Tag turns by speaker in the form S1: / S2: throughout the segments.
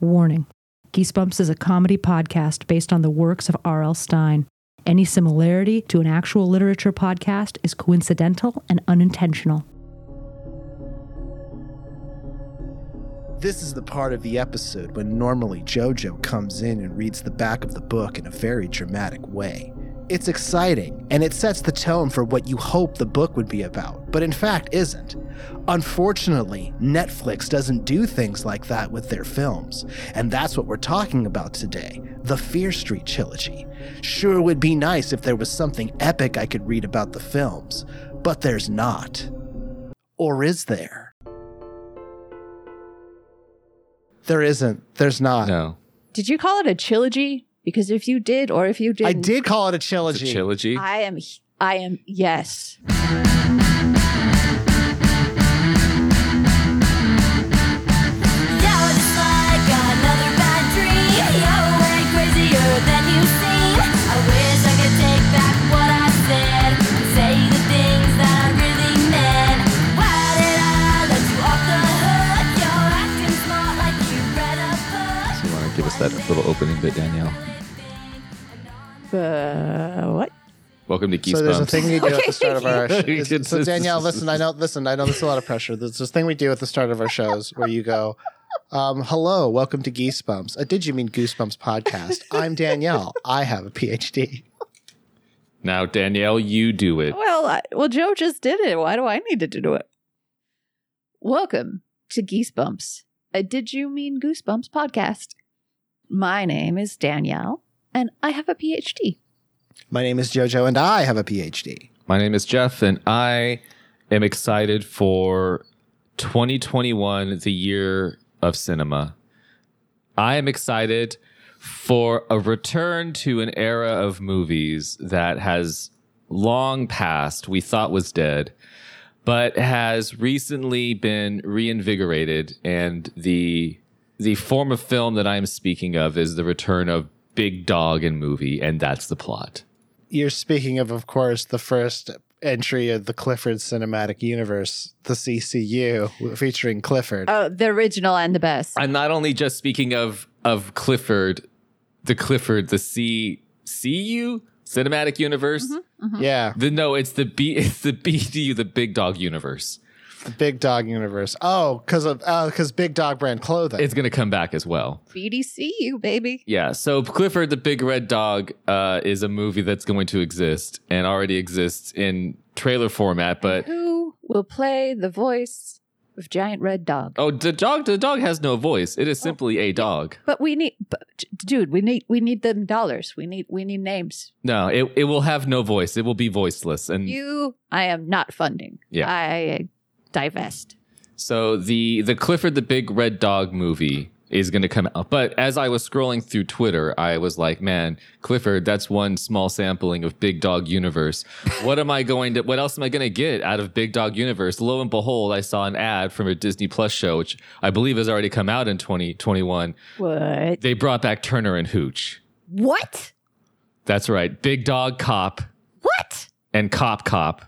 S1: Warning Geesebumps is a comedy podcast based on the works of R.L. Stein. Any similarity to an actual literature podcast is coincidental and unintentional.
S2: This is the part of the episode when normally JoJo comes in and reads the back of the book in a very dramatic way. It's exciting, and it sets the tone for what you hope the book would be about, but in fact isn't. Unfortunately, Netflix doesn't do things like that with their films, and that's what we're talking about today the Fear Street trilogy. Sure would be nice if there was something epic I could read about the films, but there's not. Or is there? There isn't. There's not.
S3: No.
S4: Did you call it a trilogy? Because if you did, or if you didn't,
S2: I did call it a
S3: It's
S2: trilogy.
S3: a trilogy.
S4: I am. I am. Yes.
S5: Now I just like another bad dream. You're way crazier than you seem. I wish I could take back what I said and say the things that I really meant. Why did I let you off the hook? You're acting smart like you read a book.
S3: you want to give us that little opening bit, Danielle?
S4: Uh, what?
S3: Welcome to Geese
S2: so there's a
S3: Bumps.
S2: thing we do at the start of our
S3: Okay.
S2: show. so Danielle, listen, I know, listen, I know this is a lot of pressure. There's this thing we do at the start of our shows where you go, um, "Hello, welcome to Geesebumps." Uh, did you mean Goosebumps podcast? I'm Danielle. I have a PhD.
S3: Now, Danielle, you do it.
S4: Well, I, well, Joe just did it. Why do I need to do it? Welcome to Geesebumps. A Did you mean Goosebumps podcast? My name is Danielle, and I have a PhD.
S2: My name is JoJo, and I have a PhD.
S3: My name is Jeff, and I am excited for 2021, the year of cinema. I am excited for a return to an era of movies that has long passed, we thought was dead, but has recently been reinvigorated. And the the form of film that I'm speaking of is the return of big dog in movie, and that's the plot.
S2: You're speaking of, of course, the first entry of the Clifford cinematic universe, the CCU, featuring Clifford.
S4: Oh, the original and the best.
S3: I'm not only just speaking of of Clifford, the Clifford, the C C U cinematic universe.
S2: yeah,
S3: The no, it's the B it's the BDU, the big dog universe.
S2: the Big Dog universe. Oh, because of because Big Dog brand clothing.
S3: It's gonna come back as well.
S4: BDC, you baby.
S3: Yeah. So Clifford the Big Red Dog uh, is a movie that's going to exist and already exists in trailer format, but
S4: Who will play the voice of Giant Red Dog?
S3: oh the dog the dog has no voice. It is simply a dog.
S4: But we need, but, d- dude. We need, we need them dollars. We need, we need names.
S3: No, it, it will have no voice. It will be voiceless. And
S4: You, I am not funding.
S3: Mm. Yeah.
S4: I divest.
S3: So the the Clifford the Big Red Dog movie is going to come out. But as I was scrolling through Twitter, I was like, "Man, Clifford, that's one small sampling of Big Dog Universe. What am I going to what else am I going to get out of Big Dog Universe?" Lo and behold, I saw an ad from a Disney Plus show which I believe has already come out in 2021.
S4: What?
S3: They brought back Turner and Hooch.
S4: What?
S3: That's right. Big Dog Cop
S4: What?
S3: and Cop Cop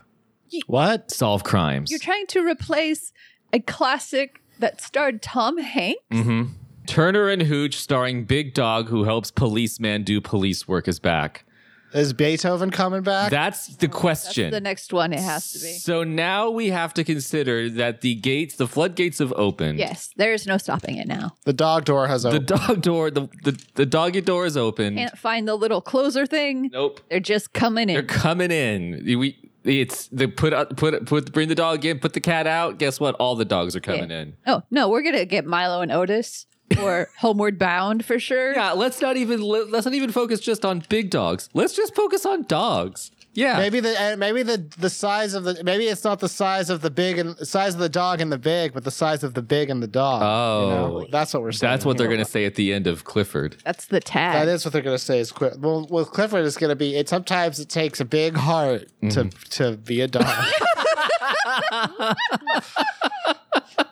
S2: what?
S3: solve crimes.
S4: You're trying to replace a classic that starred Tom Hanks?
S3: hmm Turner and Hooch, starring Big Dog, who helps policeman do police work, is back.
S2: Is Beethoven coming back?
S3: That's the question.
S4: Oh, That's the next one. It has to be.
S3: So now we have to consider that the gates, the floodgates have opened.
S4: Yes, there is no stopping it now.
S2: the dog door has
S3: The
S2: opened.
S3: dog door, the, the, the doggy door is open.
S4: Can't find the little closer thing.
S3: Mm. Nope.
S4: They're just coming
S3: They're
S4: in.
S3: coming in. We it's the put up put put bring the dog in, put the cat out. Guess what? All the dogs are coming in.
S4: oh no, we're gonna get Milo and Otis or Homeward Bound for sure.
S3: Yeah, let's not even let's not even focus just on big dogs. Let's just focus on dogs. Yeah.
S2: maybe the uh, maybe the the size of the maybe it's not the size of the big and size of the dog and the big, but the size of the big and the dog.
S3: Oh.
S2: that's what we're saying.
S3: That's what they're going to say at the end of Clifford.
S4: That's the tag.
S2: That is what they're going to say. Is Cliff- well, well, Clifford is going to be. It sometimes it takes a big heart to to be a dog.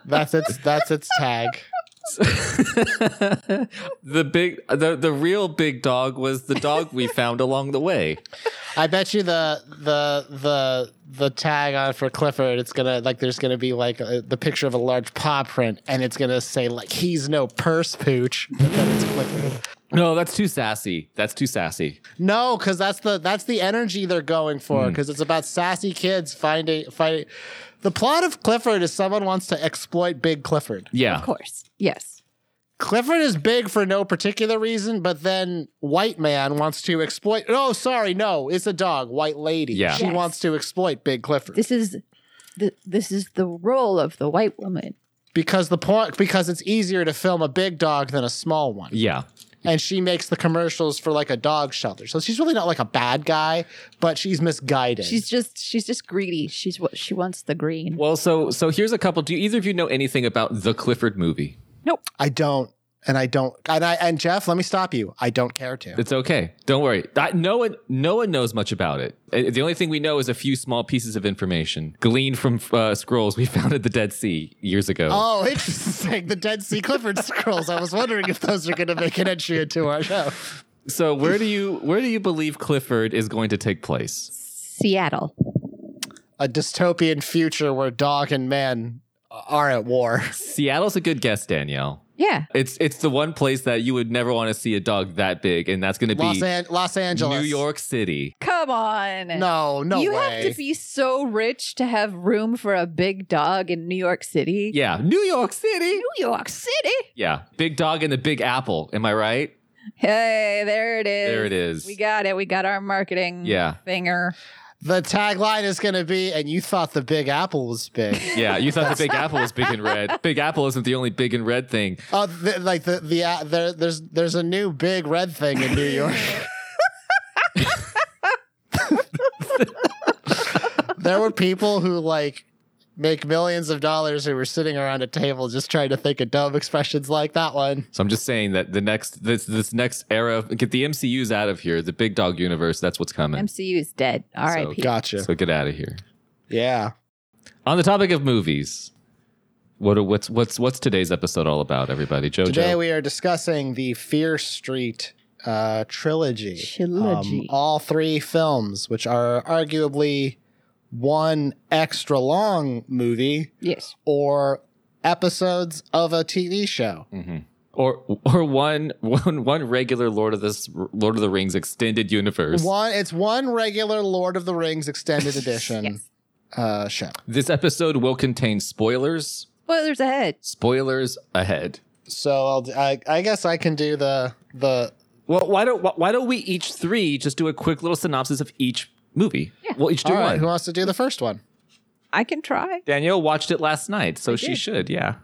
S2: that's its that's its tag.
S3: the big, the, the real big dog was the dog we found along the way.
S2: I bet you the the the the tag on for Clifford, it's gonna like there's gonna be like a, the picture of a large paw print, and it's gonna say like he's no purse pooch. But then it's Clifford.
S3: No, that's too sassy. That's too sassy.
S2: No, because that's the that's the energy they're going for. Because it's about sassy kids finding finding. The plot of Clifford is someone wants to exploit Big Clifford.
S3: Yeah.
S4: Of course. Yes.
S2: Clifford is big for no particular reason, but then white man wants to exploit. Oh, sorry, no, it's a dog. White lady.
S3: Yeah.
S2: She
S4: Yes.
S2: wants to exploit Big Clifford.
S4: This is the this is the role of the white woman.
S2: because the point because it's easier to film a big dog than a small one
S3: Yeah.
S2: and she makes the commercials for like a dog shelter so she's really not like a bad guy but she's misguided
S4: She's just she's just greedy. She's what she wants the green.
S3: Well, so so here's a couple. Do either of you know anything about the Clifford movie?
S2: i don't and i don't and i and jeff let me stop you i don't care to
S3: It's okay. Don't worry. I, no one no one knows much about it. Uh, The only thing we know is a few small pieces of information gleaned from uh, scrolls we found at the Dead Sea years ago.
S2: oh interesting the dead sea clifford scrolls i was wondering if those are going to make an entry into our show
S3: So where do you where do you believe Clifford is going to take place?
S4: Seattle.
S2: a dystopian future where dog and man are at war
S3: Seattle's a good guess, Danielle.
S4: Yeah.
S3: It's it's the one place that you would never want to see a dog that big, and that's going to
S2: los,
S3: be
S2: An- los angeles
S3: New York City.
S4: Come on.
S2: no no
S4: you
S2: way
S4: have to be so rich to have room for a big dog in New York City.
S3: Yeah, New York City.
S4: New York City.
S3: Yeah, Big Dog and the Big Apple. Am I right?
S4: Hey, there it is.
S3: There it is.
S4: We got it. We got our marketing
S3: Yeah.
S4: finger.
S2: The tagline is going to be, and you thought the Big Apple was big.
S3: Yeah, you thought the Big Apple was big and red. Big Apple isn't the only big and red thing.
S2: Oh, th- like the the uh, there, there's there's a new big red thing in New York. there were people who like make millions of dollars who were sitting around a table just trying to think of dumb expressions like that one.
S3: So I'm just saying that the next this this next era of- get the MCU's out of here, the Big Dog universe. That's what's coming.
S4: MCU is dead. R.I.P.
S2: Gotcha.
S3: So get out of here.
S2: Yeah.
S3: On the topic of movies, what are- what's what's what's today's episode all about, everybody? Jojo.
S2: Today we are discussing the Fear Street uh, trilogy. Um,
S4: Trilogy.
S2: all three films, which are arguably one extra long movie
S4: yes.
S2: or episodes of a TV show.
S3: Mhm. Or or one one one regular Lord of this Lord of the Rings extended universe.
S2: One, it's one regular Lord of the Rings extended edition
S4: Yes.
S2: uh, show.
S3: This episode will contain spoilers.
S4: Spoilers ahead.
S3: Spoilers ahead.
S2: So I'll, I, I guess I can do the the
S3: Well, why don't why don't we each three just do a quick little synopsis of each movie? Yeah. We'll each do
S2: all right.
S3: one.
S2: Who wants to do the first one?
S4: I can try.
S3: Danielle watched it last night, so she should. Yeah.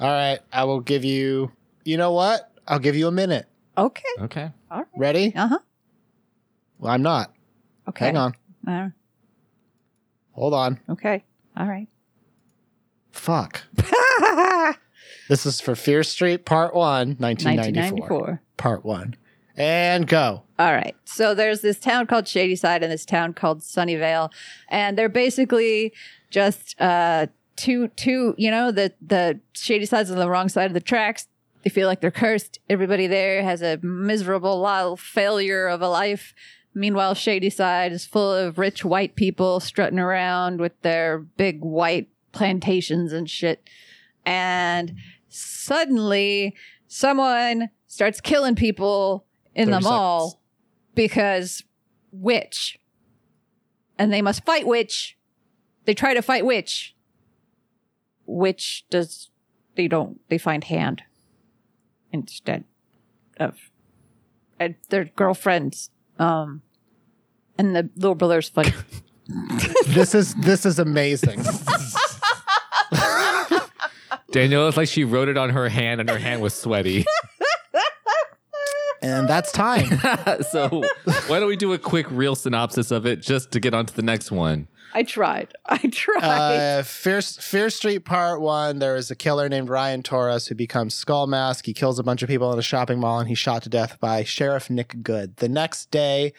S2: All right, I will give you. You know what? I'll give you a minute.
S4: Okay.
S3: Okay.
S2: Ready?
S4: Uh huh.
S2: Well, I'm not.
S4: Okay.
S2: Hang on.
S4: Uh,
S2: Hold on.
S4: okay. All right.
S2: Fuck. This is for Fear Street Part One, 1994.
S4: 1994.
S2: part one. And go.
S4: All right. So there's this town called Shadyside and this town called Sunnyvale, and they're basically just uh, two two. You know, the the Shadyside's on the wrong side of the tracks. They feel like they're cursed. Everybody there has a miserable li- failure of a life. Meanwhile, Shadyside is full of rich white people strutting around with their big white plantations and shit. And suddenly, someone starts killing people in the
S2: 30
S4: mall
S2: seconds.
S4: because witch and they must fight witch they try to fight witch witch does they don't they find hand instead of and their girlfriends um and the little brother's funny
S2: This is this is amazing.
S3: Danielle, it's like she wrote it on her hand, and her hand was sweaty.
S2: and that's time.
S3: so why don't we do a quick real synopsis of it just to get on to the next one?
S4: I tried. I tried.
S2: Uh, Fear, Fear Street Part One. There is a killer named Ryan Torres who becomes Skull Mask. He kills a bunch of people in a shopping mall, and he's shot to death by Sheriff Nick Good. The next day,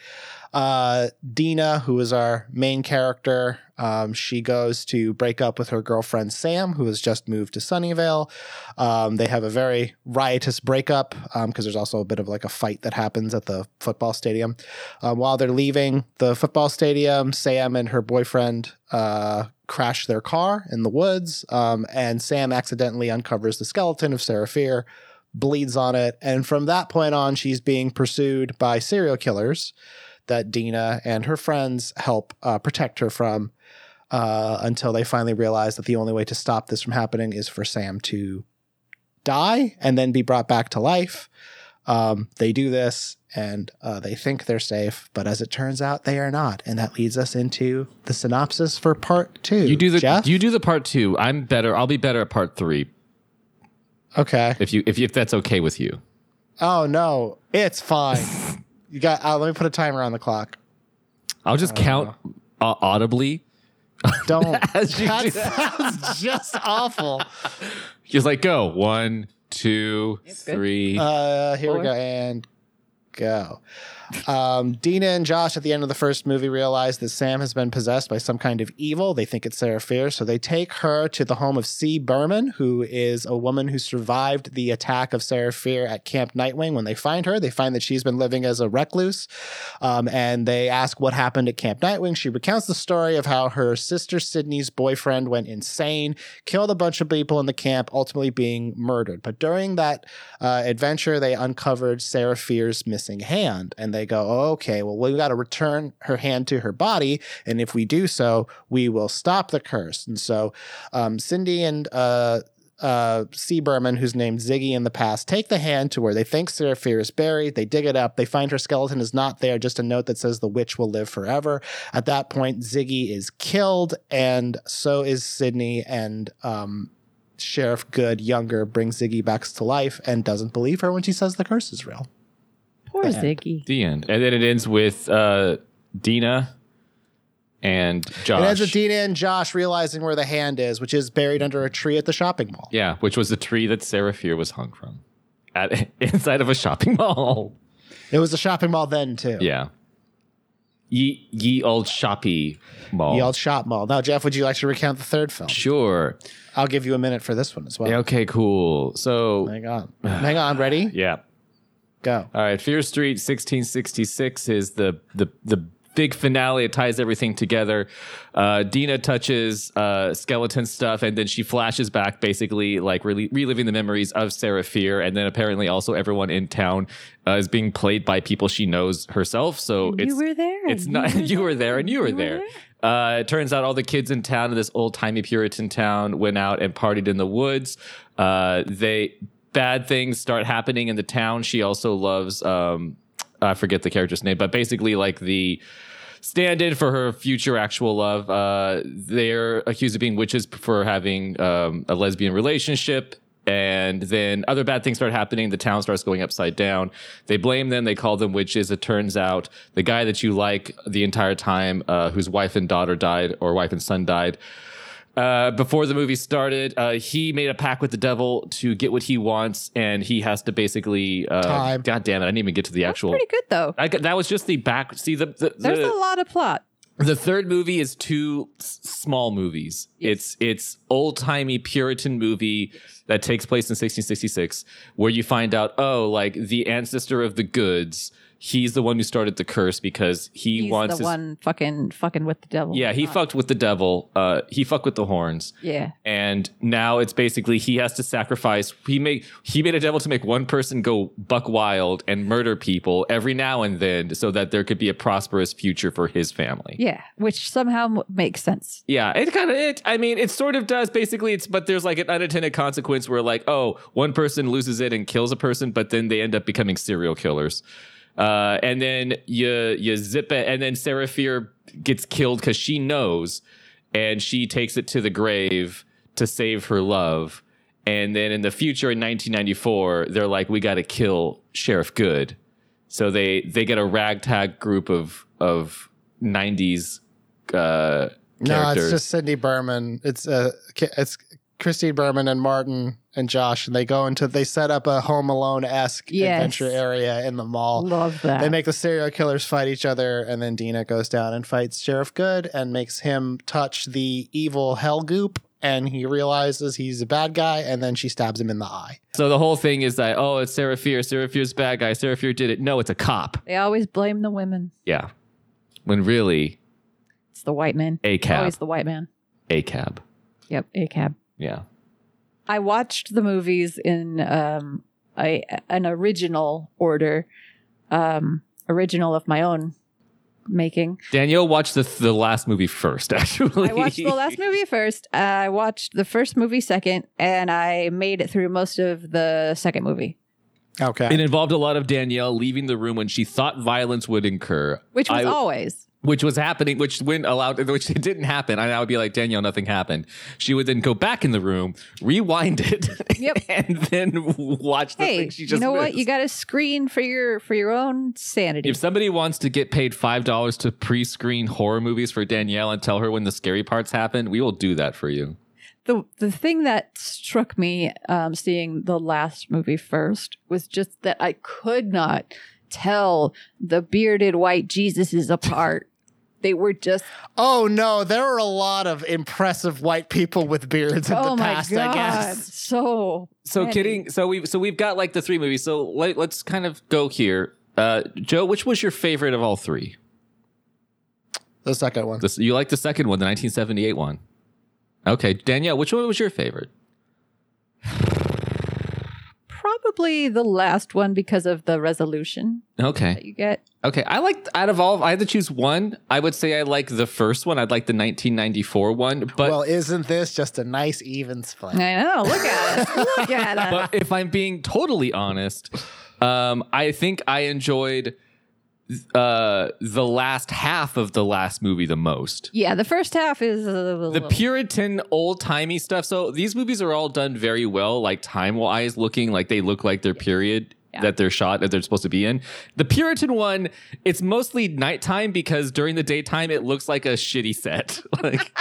S2: uh, Dina, who is our main character, um, she goes to break up with her girlfriend Sam, who has just moved to Sunnyvale. Um, they have a very riotous breakup because there's also a bit of like a fight that happens at the football stadium. Uh, while they're leaving the football stadium, Sam and her boyfriend uh, crash their car in the woods, um, and Sam accidentally uncovers the skeleton of Sarah Fear, bleeds on it, and from that point on, she's being pursued by serial killers that Dina and her friends help uh, protect her from. Uh, until they finally realize that the only way to stop this from happening is for Sam to die and then be brought back to life. Um, they do this and uh, they think they're safe, but as it turns out, they are not. And that leads us into the synopsis for part two.
S3: You do the
S2: Jeff?
S3: you do the part two. I'm better. I'll be better at part three
S2: okay.
S3: if you if you, if that's okay with you.
S2: Oh no, it's fine. you got. Uh, let me put a timer on the clock.
S3: I'll just
S2: Uh-huh.
S3: count uh, audibly.
S2: Don't.
S3: As you do
S2: that
S3: that.
S2: sounds just awful.
S3: Just like go one, two,
S4: good.
S3: three.
S2: Uh, here
S4: Four.
S2: we go and go. Um, Dina and Josh at the end of the first movie realize that Sam has been possessed by some kind of evil. They think it's Sarah Fear, so they take her to the home of C. Berman, who is a woman who survived the attack of Sarah Fear at Camp Nightwing. When they find her, they find that she's been living as a recluse, um, and they ask what happened at Camp Nightwing. She recounts the story of how her sister Sydney's boyfriend went insane, killed a bunch of people in the camp, ultimately being murdered. But during that uh, adventure, they uncovered Sarah Fear's missing hand. And they go, oh, okay, well, we've got to return her hand to her body. And if we do so, we will stop the curse. And so um, Cindy and uh, uh, C. Berman, who's named Ziggy in the past, take the hand to where they think Sarah Fear is buried. They dig it up. They find her skeleton is not there, just a note that says the witch will live forever. At that point, Ziggy is killed, and so is Sydney and um, Sheriff Good, younger, brings Ziggy back to life and doesn't believe her when she says the curse is real.
S4: Poor Ziggy.
S3: the end, and then it ends with uh, Dina and Josh.
S2: It ends with Dina and Josh realizing where the hand is, which is buried under a tree at the shopping mall.
S3: yeah, which was the tree that Sarah Fear was hung from, at inside of a shopping mall.
S2: It was a shopping mall then, too.
S3: Yeah. Ye ye old shoppy mall.
S2: The old shop mall. Now, Jeff, would you like to recount the third film?
S3: sure.
S2: I'll give you a minute for this one as well.
S3: Yeah, okay, cool. So
S2: Hang on. Hang on. Ready?
S3: yeah. Uh,
S2: Go.
S3: All right, Fear Street 1666 is the the the big finale. It ties everything together. Uh, Dina touches uh, skeleton stuff, and then she flashes back, basically like rel- reliving the memories of Sarah Fear, and then apparently also everyone in town uh, is being played by people she knows herself. So
S1: And you
S3: it's
S1: were there,
S3: It's
S1: and
S3: not
S1: you were
S3: you were there, and you were
S1: You were
S3: there. Uh, it turns out all the kids in town, in this old timey Puritan town, went out and partied in the woods. Uh, they bad things start happening in the town. She also loves um, I forget the character's name, but basically like the stand-in for her future actual love. Uh, they're accused of being witches for having um, a lesbian relationship. And then other bad things start happening. The town starts going upside down. They blame them. They call them witches. It turns out the guy that you like the entire time, uh, whose wife and daughter died, or wife and son died, uh, before the movie started, uh, he made a pact with the devil to get what he wants, and he has to basically. Uh,
S2: Time.
S3: God damn it! I didn't even get to the actual.
S4: Pretty good though.
S3: I got, that was just the back. See the the,
S4: There's a
S3: the,
S4: lot of plot.
S3: the third movie is two s- small movies. It's it's old timey Puritan movie that takes place in 1666, where you find out oh like the ancestor of the goods. He's the one who started the curse because he
S4: He's
S3: wants
S4: the
S3: his-
S4: one fucking fucking with the devil.
S3: Yeah, he fucked with the devil. Uh, he fucked with the horns
S4: Yeah.
S3: and now it's basically he has to sacrifice he made he made a devil to make one person go buck wild and murder people every now and then so that there could be a prosperous future for his family
S4: Yeah. Which somehow m- makes sense.
S3: yeah, it kind of it. I mean, it sort of does. Basically, it's but there's like an unintended consequence where like, oh, one person loses it and kills a person, but then they end up becoming serial killers. Uh, and then you you zip it, and then Sarah Fear gets killed because she knows, and she takes it to the grave to save her love. And then in the future, in 1994, they're like, we got to kill Sheriff Good. So they they get a ragtag group of of 90s uh,
S2: No,
S3: characters.
S2: it's just Cindy Berman. It's uh, K- it's Christine Berman and Martin and Josh, and they go into they set up a Home Alone esque
S4: Yes.
S2: adventure area in the mall.
S4: Love that.
S2: They make the serial killers fight each other, and then Dina goes down and fights Sheriff Good and makes him touch the evil hell goop, and he realizes he's a bad guy, and then she stabs him in the eye.
S3: so the whole thing is that oh, it's Sarah Fear. Sarah Fear's bad guy. Sarah Fear did it. No, it's a cop.
S4: they always blame the women.
S3: Yeah. When really
S4: It's the white men.
S3: a cab,
S4: Always the white man.
S3: a cab.
S4: Yep, a cab.
S3: Yeah.
S4: I watched the movies in um, a, an original order, um, original of my own making.
S3: Danielle watched the the last movie first. Actually,
S4: I watched the last movie first. I watched the first movie second, and I made it through most of the second movie,
S2: Okay.
S3: It involved a lot of Danielle leaving the room when she thought violence would incur,
S4: which was
S3: I-
S4: always
S3: which was happening, which when allowed, which it didn't happen. And I would be like, Danielle, nothing happened. She would then go back in the room, rewind it,
S4: Yep.
S3: and then watch the
S4: hey,
S3: thing she just.
S4: you know what?
S3: missed.
S4: You got to screen for your for your own sanity.
S3: If somebody wants to get paid five dollars to pre-screen horror movies for Danielle and tell her when the scary parts happen, we will do that for you.
S4: the the thing that struck me um, seeing the last movie first was just that I could not tell the bearded white Jesuses apart. they were just
S2: oh no, there are a lot of impressive white people with beards in
S4: oh
S2: the
S4: my
S2: past. I
S4: god,
S2: guess.
S4: so
S3: So
S4: many.
S3: kidding. So we've so we've got like the three movies. So let, let's kind of go here. Uh, Joe, which was your favorite of all three?
S2: The second one.
S3: This, you like the second one, the 1978 one. Okay, Danielle, which one was your favorite?
S4: Probably the last one because of the resolution that
S3: Okay,
S4: you get.
S3: okay. I liked out of all. If I had to choose one. I would say I like the first one. I'd like the 1994 one. But
S2: well, isn't this just a nice even split?
S4: I know. Look at us. Look at us.
S3: but if I'm being totally honest, um, I think I enjoyed uh, the last half of the last movie the most.
S4: yeah, the first half is uh, a
S3: the
S4: little-
S3: Puritan old timey stuff. So these movies are all done very well, like time wise, looking like they look like their period
S4: Yeah.
S3: that they're shot that they're supposed to be in. The Puritan one, it's mostly nighttime because during the daytime it looks like a shitty set. like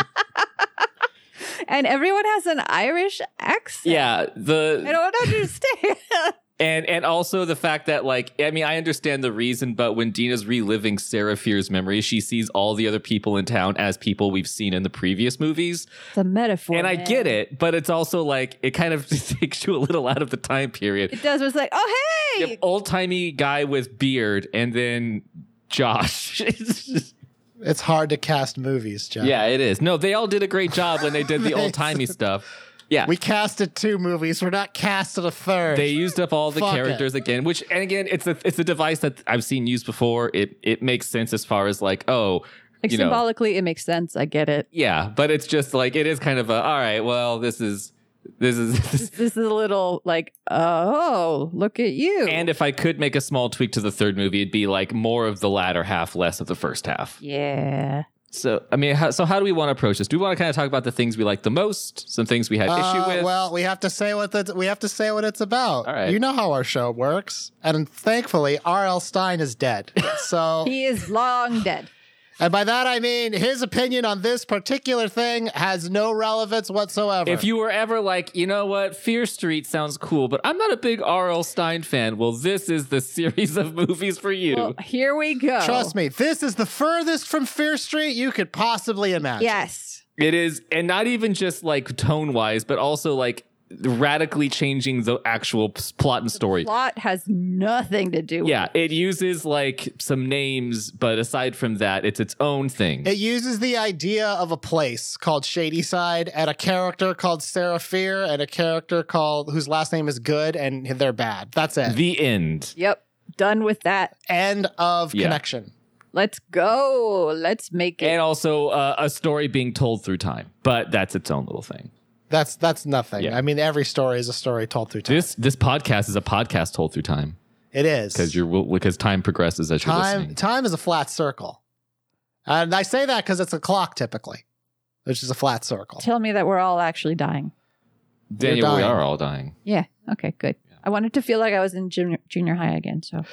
S4: and everyone has an Irish accent.
S3: yeah, the
S4: I don't understand.
S3: And and also the fact that like I mean I understand the reason, but when Dina's reliving Sarah Fear's memories, she sees all the other people in town as people we've seen in the previous movies,
S4: it's a metaphor.
S3: and I
S4: man.
S3: get it, but it's also like it kind of takes you a little out of the time period.
S4: It does. It's like, oh hey,
S3: Old timey guy with beard, and then Josh. It's just-
S2: It's hard to cast movies, John.
S3: yeah, it is. No, they all did a great job when they did the old timey stuff. Yeah,
S2: We casted two movies. We're not casted a third.
S3: They used up all the
S2: Fuck it.
S3: characters again, which and again, it's a it's a device that I've seen used before. It it makes sense as far as like oh,
S4: Like
S3: you know,
S4: symbolically, it makes sense. I get it.
S3: yeah, but it's just like it is kind of a all right. Well, this is this is.
S4: This is a little like, oh, look at you.
S3: And if I could make a small tweak to the third movie, it'd be like more of the latter half, less of the first half.
S4: yeah,
S3: So, I mean, how, so how do we want to approach this? Do we want to kind of talk about the things we like the most, some things we had
S2: Uh,
S3: issue with?
S2: Well, we have to say what the, we have to say what it's about.
S3: All right.
S2: You know how our show works, and thankfully, R.L. Stein is dead. So,
S4: he is long dead.
S2: and by that I mean his opinion on this particular thing has no relevance whatsoever.
S3: If you were ever like, you know what, Fear Street sounds cool, but I'm not a big R.L. Stein fan, well, this is the series of movies for you.
S4: Well, here we go.
S2: Trust me, this is the furthest from Fear Street you could possibly imagine.
S4: Yes.
S3: it is, and not even just like tone wise, but also like radically changing the actual p- plot and story.
S4: Plot has nothing to do. with
S3: Yeah, it uses like some names, but aside from that, it's its own thing.
S2: It uses the idea of a place called Shady Side and a character called Sarah Fear and a character called whose last name is Good and they're bad. That's it.
S3: the end.
S4: Yep. Done with that.
S2: End of
S3: Yeah.
S2: connection.
S4: Let's go. Let's make it.
S3: And also uh, a story being told through time, but that's its own little thing.
S2: That's that's nothing.
S3: Yeah.
S2: I mean, every story is a story told through time.
S3: This this podcast is a podcast told through time
S2: it is
S3: because you're because time progresses as you're
S2: time.
S3: listening.
S2: Time is a flat circle, and I say that because it's a clock typically, which is a flat circle.
S4: Tell me that we're all actually dying.
S3: Daniel, we
S2: dying.
S3: are all dying.
S4: Yeah. Okay. Good. I wanted to feel like I was in junior, junior high again. So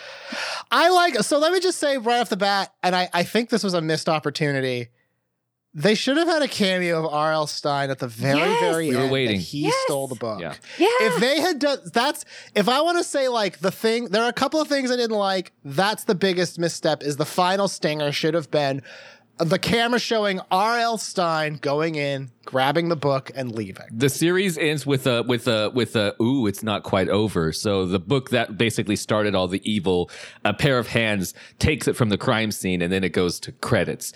S2: I like so. Let me just say right off the bat, and I I think this was a missed opportunity. They should have had a cameo of R.L. Stein at the very,
S4: Yes.
S2: very
S3: We were
S2: end. that
S3: waiting.
S2: He
S4: Yes.
S2: stole the book.
S3: Yeah.
S4: Yeah.
S2: If they had done that's if I want to say like the thing there are a couple of things I didn't like. That's the biggest misstep is the final stinger should have been the camera showing R.L. Stein going in, grabbing the book and leaving.
S3: The series ends with a with a with a ooh, it's not quite over. So the book that basically started all the evil, a pair of hands takes it from the crime scene and then it goes to credits.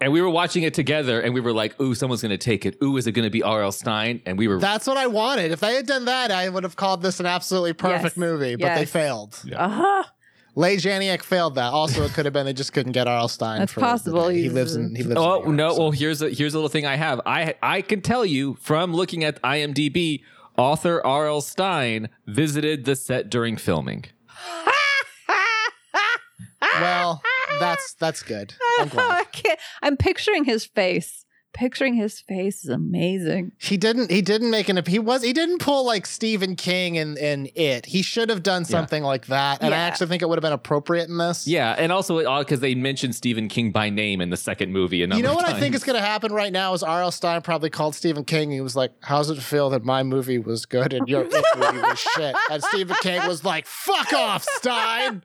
S3: And we were watching it together and we were like, ooh, someone's gonna take it. Ooh, is it gonna be R.L. Stein? And we were
S2: That's what I wanted. If they had done that, I would have called this an absolutely perfect
S4: Yes.
S2: movie, but they
S4: Yes.
S2: failed.
S4: uh-huh.
S2: Leigh Janiak failed that. Also, it could have been they just couldn't get R.L. Stein.
S4: That's
S2: for the
S4: possible.
S2: day. He
S4: He's-
S2: lives in. He lives.
S3: Oh
S2: in New
S3: no!
S2: York, so-
S3: Well, here's a here's a little thing I have. I I can tell you from looking at IMDb, author R.L. Stein visited the set during filming.
S2: Well, that's that's good. I'm glad.
S4: I can't. I'm picturing his face. Picturing his face is amazing.
S2: He didn't. He didn't make an. He was. He didn't pull like Stephen King and in, it. He should have done something like that. And I
S4: Yeah.
S2: actually think it would have been appropriate in this.
S3: Yeah, and also it because they mentioned Stephen King by name in the second movie. And
S2: You know what I think is going to happen right now is R.L. Stein probably called Stephen King. He was like, "How's it feel that my movie was good and your it movie was shit?" And Stephen King was like, "Fuck off, Stein."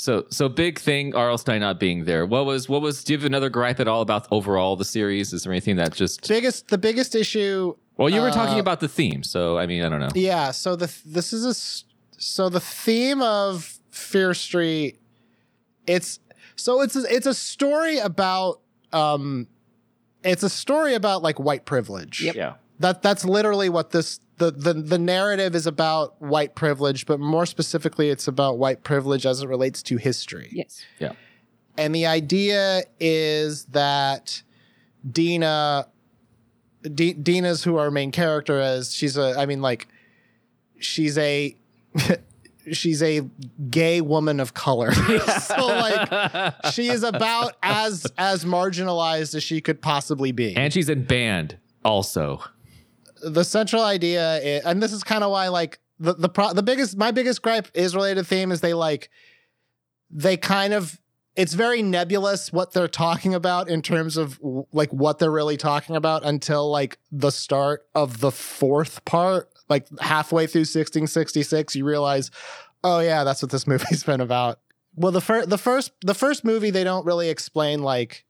S3: so so big thing. R.L. Stein not being there. What was what was? Do you have another gripe at all about overall the series? Is there anything that just?
S2: Biggest. The biggest issue
S3: Well, you were
S2: Uh,
S3: talking about the theme, so I mean, I don't know.
S2: Yeah. So the this is a s- so the theme of Fear Street. It's so it's a, it's a story about um, it's a story about like white privilege.
S3: Yeah.
S2: That that's literally what this the, the the narrative is about white privilege, but more specifically, it's about white privilege as it relates to history.
S4: Yes.
S2: And the idea is that Dina, D- Dina's who our main character is. She's a, I mean, like, she's a, she's a gay woman of color. so like, she is about as as marginalized as she could possibly be.
S3: and she's in band also.
S2: the central idea, i and this is kind of why, like, the the pro- the biggest my biggest gripe is related to theme is they like they kind of it's very nebulous what they're talking about in terms of w- like what they're really talking about until like the start of the fourth part like halfway through 1666 you realize oh yeah that's what this movie's been about well the first the first the first movie they don't really explain like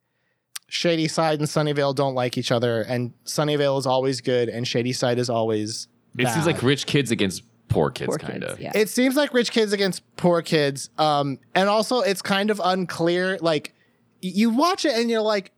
S2: shady side and sunnyvale don't like each other and sunnyvale is always good and shady side is always
S3: It seems
S2: bad.
S3: like rich kids against poor kids,
S4: Poor
S3: kind
S4: kids.
S3: of.
S4: Yeah.
S2: It seems like rich kids against poor kids. Um, and also it's kind of unclear. Like y- you watch it and you're like,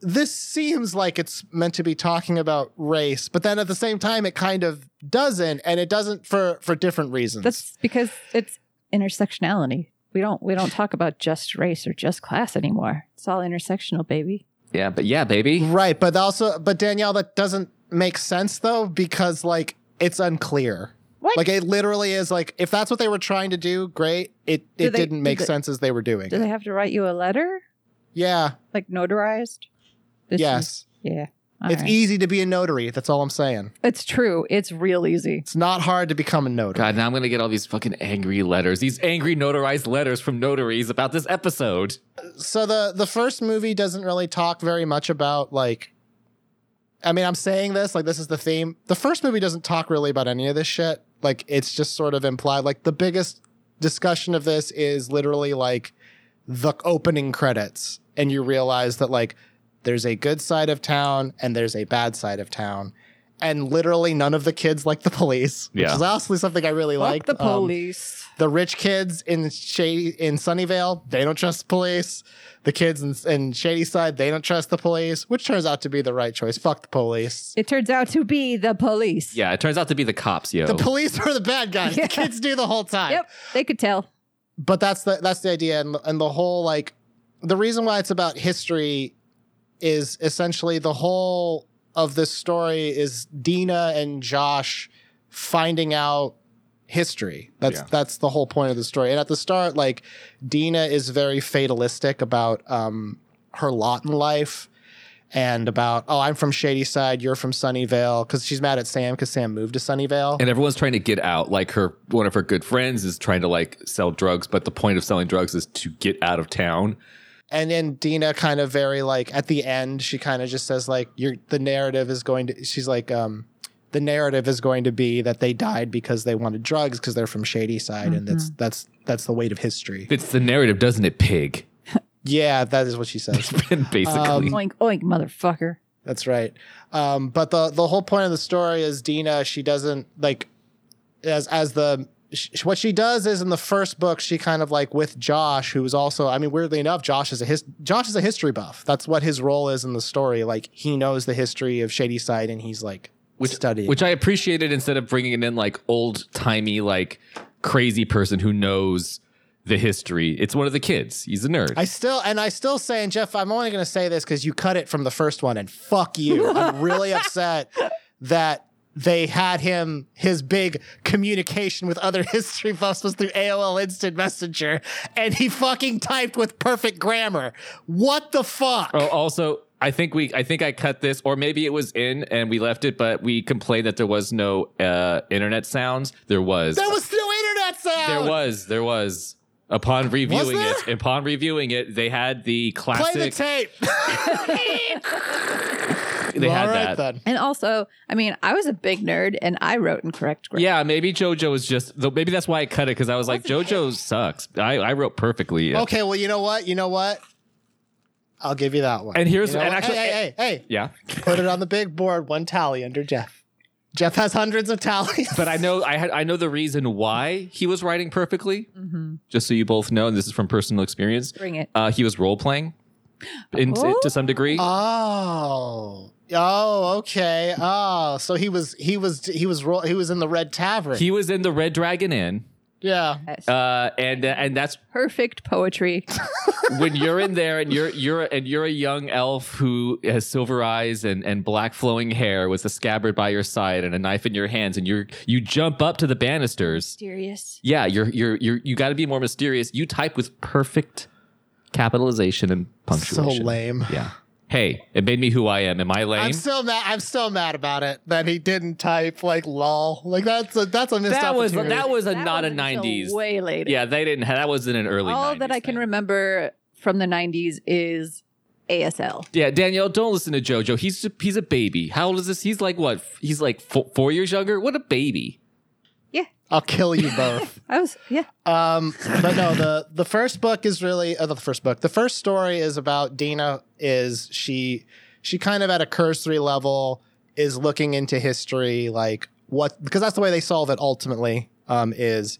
S2: this seems like it's meant to be talking about race, but then at the same time it kind of doesn't, and it doesn't for for different reasons.
S4: That's because it's intersectionality. We don't we don't talk about just race or just class anymore. It's all intersectional, baby.
S3: Yeah, but yeah, baby.
S2: right, but also but Danielle, that doesn't make sense though, because like it's unclear.
S4: What?
S2: Like it literally is like if that's what they were trying to do, great. It
S4: Do
S2: it
S4: they-
S2: didn't make
S4: do they-
S2: sense as they were doing.
S4: Do
S2: it.
S4: they have to write you a letter,
S2: yeah.
S4: like notarized? This is-
S2: yes.
S4: yeah. All
S2: it's e-
S4: right.
S2: easy to be a notary. That's all I'm saying.
S4: it's true. It's real easy.
S2: It's not hard to become a notary.
S3: God, now I'm gonna get all these fucking angry letters, these angry notarized letters from notaries about this episode.
S2: So the the first movie doesn't really talk very much about like I mean, I'm saying this like this is the theme. The first movie doesn't talk really about any of this shit. Like it's just sort of implied like the biggest discussion of this is literally like the opening credits and you realize that like there's a good side of town and there's a bad side of town. And literally none of the kids like the police, which
S3: Yeah.
S2: is also something I really like. um,
S4: Fuck the police.
S2: the rich kids in shady in Sunnyvale, they don't trust the police. The kids in, in Shady Side, they don't trust the police, which turns out to be the right choice. Fuck the police.
S4: it turns out to be the police.
S3: Yeah, it turns out to be the cops, yo.
S2: The police are the bad guys. The kids do the whole time.
S4: Yep. They could tell.
S2: But that's the that's the idea, and and the whole like the reason why it's about history is essentially the whole of this story is Dina and Josh finding out history. That's
S3: Yeah.
S2: that's the whole point of the story. And at the start, like Dina is very fatalistic about um, her lot in life and about oh I'm from Shady Side, you're from Sunnyvale because she's mad at Sam because Sam moved to Sunnyvale.
S3: and everyone's trying to get out. Like her, one of her good friends is trying to like sell drugs, but the point of selling drugs is to get out of town.
S2: and then Dina kind of very like at the end, she kind of just says like, "Your the narrative is going to." She's like, um, "The narrative is going to be that they died because they wanted drugs because they're from Shady Side, and that's that's that's the weight of history."
S3: It's the narrative, doesn't it, pig?
S2: Yeah, that is what she says.
S3: Basically.
S4: Oink, oink, motherfucker.
S2: That's right. Um, but the the whole point of the story is Dina. She doesn't like as as the sh what she does is in the first book she kind of like with Josh, who is also I mean weirdly enough Josh is a his Josh is a history buff. That's what his role is in the story. Like he knows the history of Shady Side, and he's like
S3: which,
S2: studying.
S3: Which I appreciated instead of bringing it in like old timey, like crazy person who knows the history. It's one of the kids. He's a nerd.
S2: I still and I still say, and Jeff, I'm only going to say this because you cut it from the first one, and fuck you. I'm really upset that they had him. His big communication with other history buffs was through AOL Instant Messenger, and he fucking typed with perfect grammar. What the fuck?
S3: oh, also, I think we, I think I cut this, or maybe it was in and we left it, but we complained that there was no uh, internet sounds. There was.
S2: There was no internet sound.
S3: There was. There was. Upon reviewing
S2: Was
S3: it, upon reviewing it, they had the
S2: Play
S3: classic.
S2: the tape.
S3: they
S2: All
S3: had
S2: right
S3: that.
S2: then.
S4: And also, I mean, I was a big nerd and I wrote incorrect grammar.
S3: Yeah, maybe JoJo is just. though Maybe that's why I cut it because I was like, JoJo sucks. I, I wrote perfectly.
S2: Okay, well, you know what? You know what? I'll give you that one.
S3: And here's-
S2: You know
S3: and
S2: what?
S3: actually-
S2: hey, hey, hey, hey.
S3: Yeah.
S2: put it on the big board, one tally under Jeff. Jeff has hundreds of tallies.
S3: But I know I had I know the reason why he was writing perfectly.
S2: Mm-hmm.
S3: Just so you both know, and this is from personal experience.
S4: Bring it.
S3: Uh, he was role playing, in,
S4: Oh.
S3: to some degree.
S2: Oh. Oh, okay. Oh, so he was he was he was ro- he was in the Red Tavern.
S3: He was in the Red Dragon Inn,
S2: yeah.
S4: Yes.
S3: uh, and and that's
S4: Perfect poetry.
S3: when you're in there and you're you're and you're a young elf who has silver eyes and and black flowing hair with a scabbard by your side and a knife in your hands, and you're you jump up to the banisters.
S4: Mysterious.
S3: Yeah, you're you're you're you got to be more mysterious. You type with perfect capitalization and
S2: So
S3: punctuation.
S2: lame.
S3: Yeah. Hey, it made me who I am. Am I lame?
S2: I'm still mad. I'm still mad about it that he didn't type like lol. Like that's a that's a missed
S3: that was
S2: opportunity.
S3: that was a
S4: That
S3: not a
S4: wasn't until
S3: '90s.
S4: Way later.
S3: Yeah, they didn't. have That wasn't an early.
S4: All that
S3: 90s
S4: I can
S3: thing.
S4: remember from the 90s is ASL.
S3: Yeah, Danielle, don't listen to JoJo. He's a, he's a baby. How old is this? He's like what? He's like four, four years younger. What a baby!
S2: I'll kill you both.
S4: I was, yeah.
S2: Um, but no, the the first book is really uh, the first book. The first story is about Dina. Is she she kind of at a cursory level is looking into history, like what because that's the way they solve it ultimately. Um, is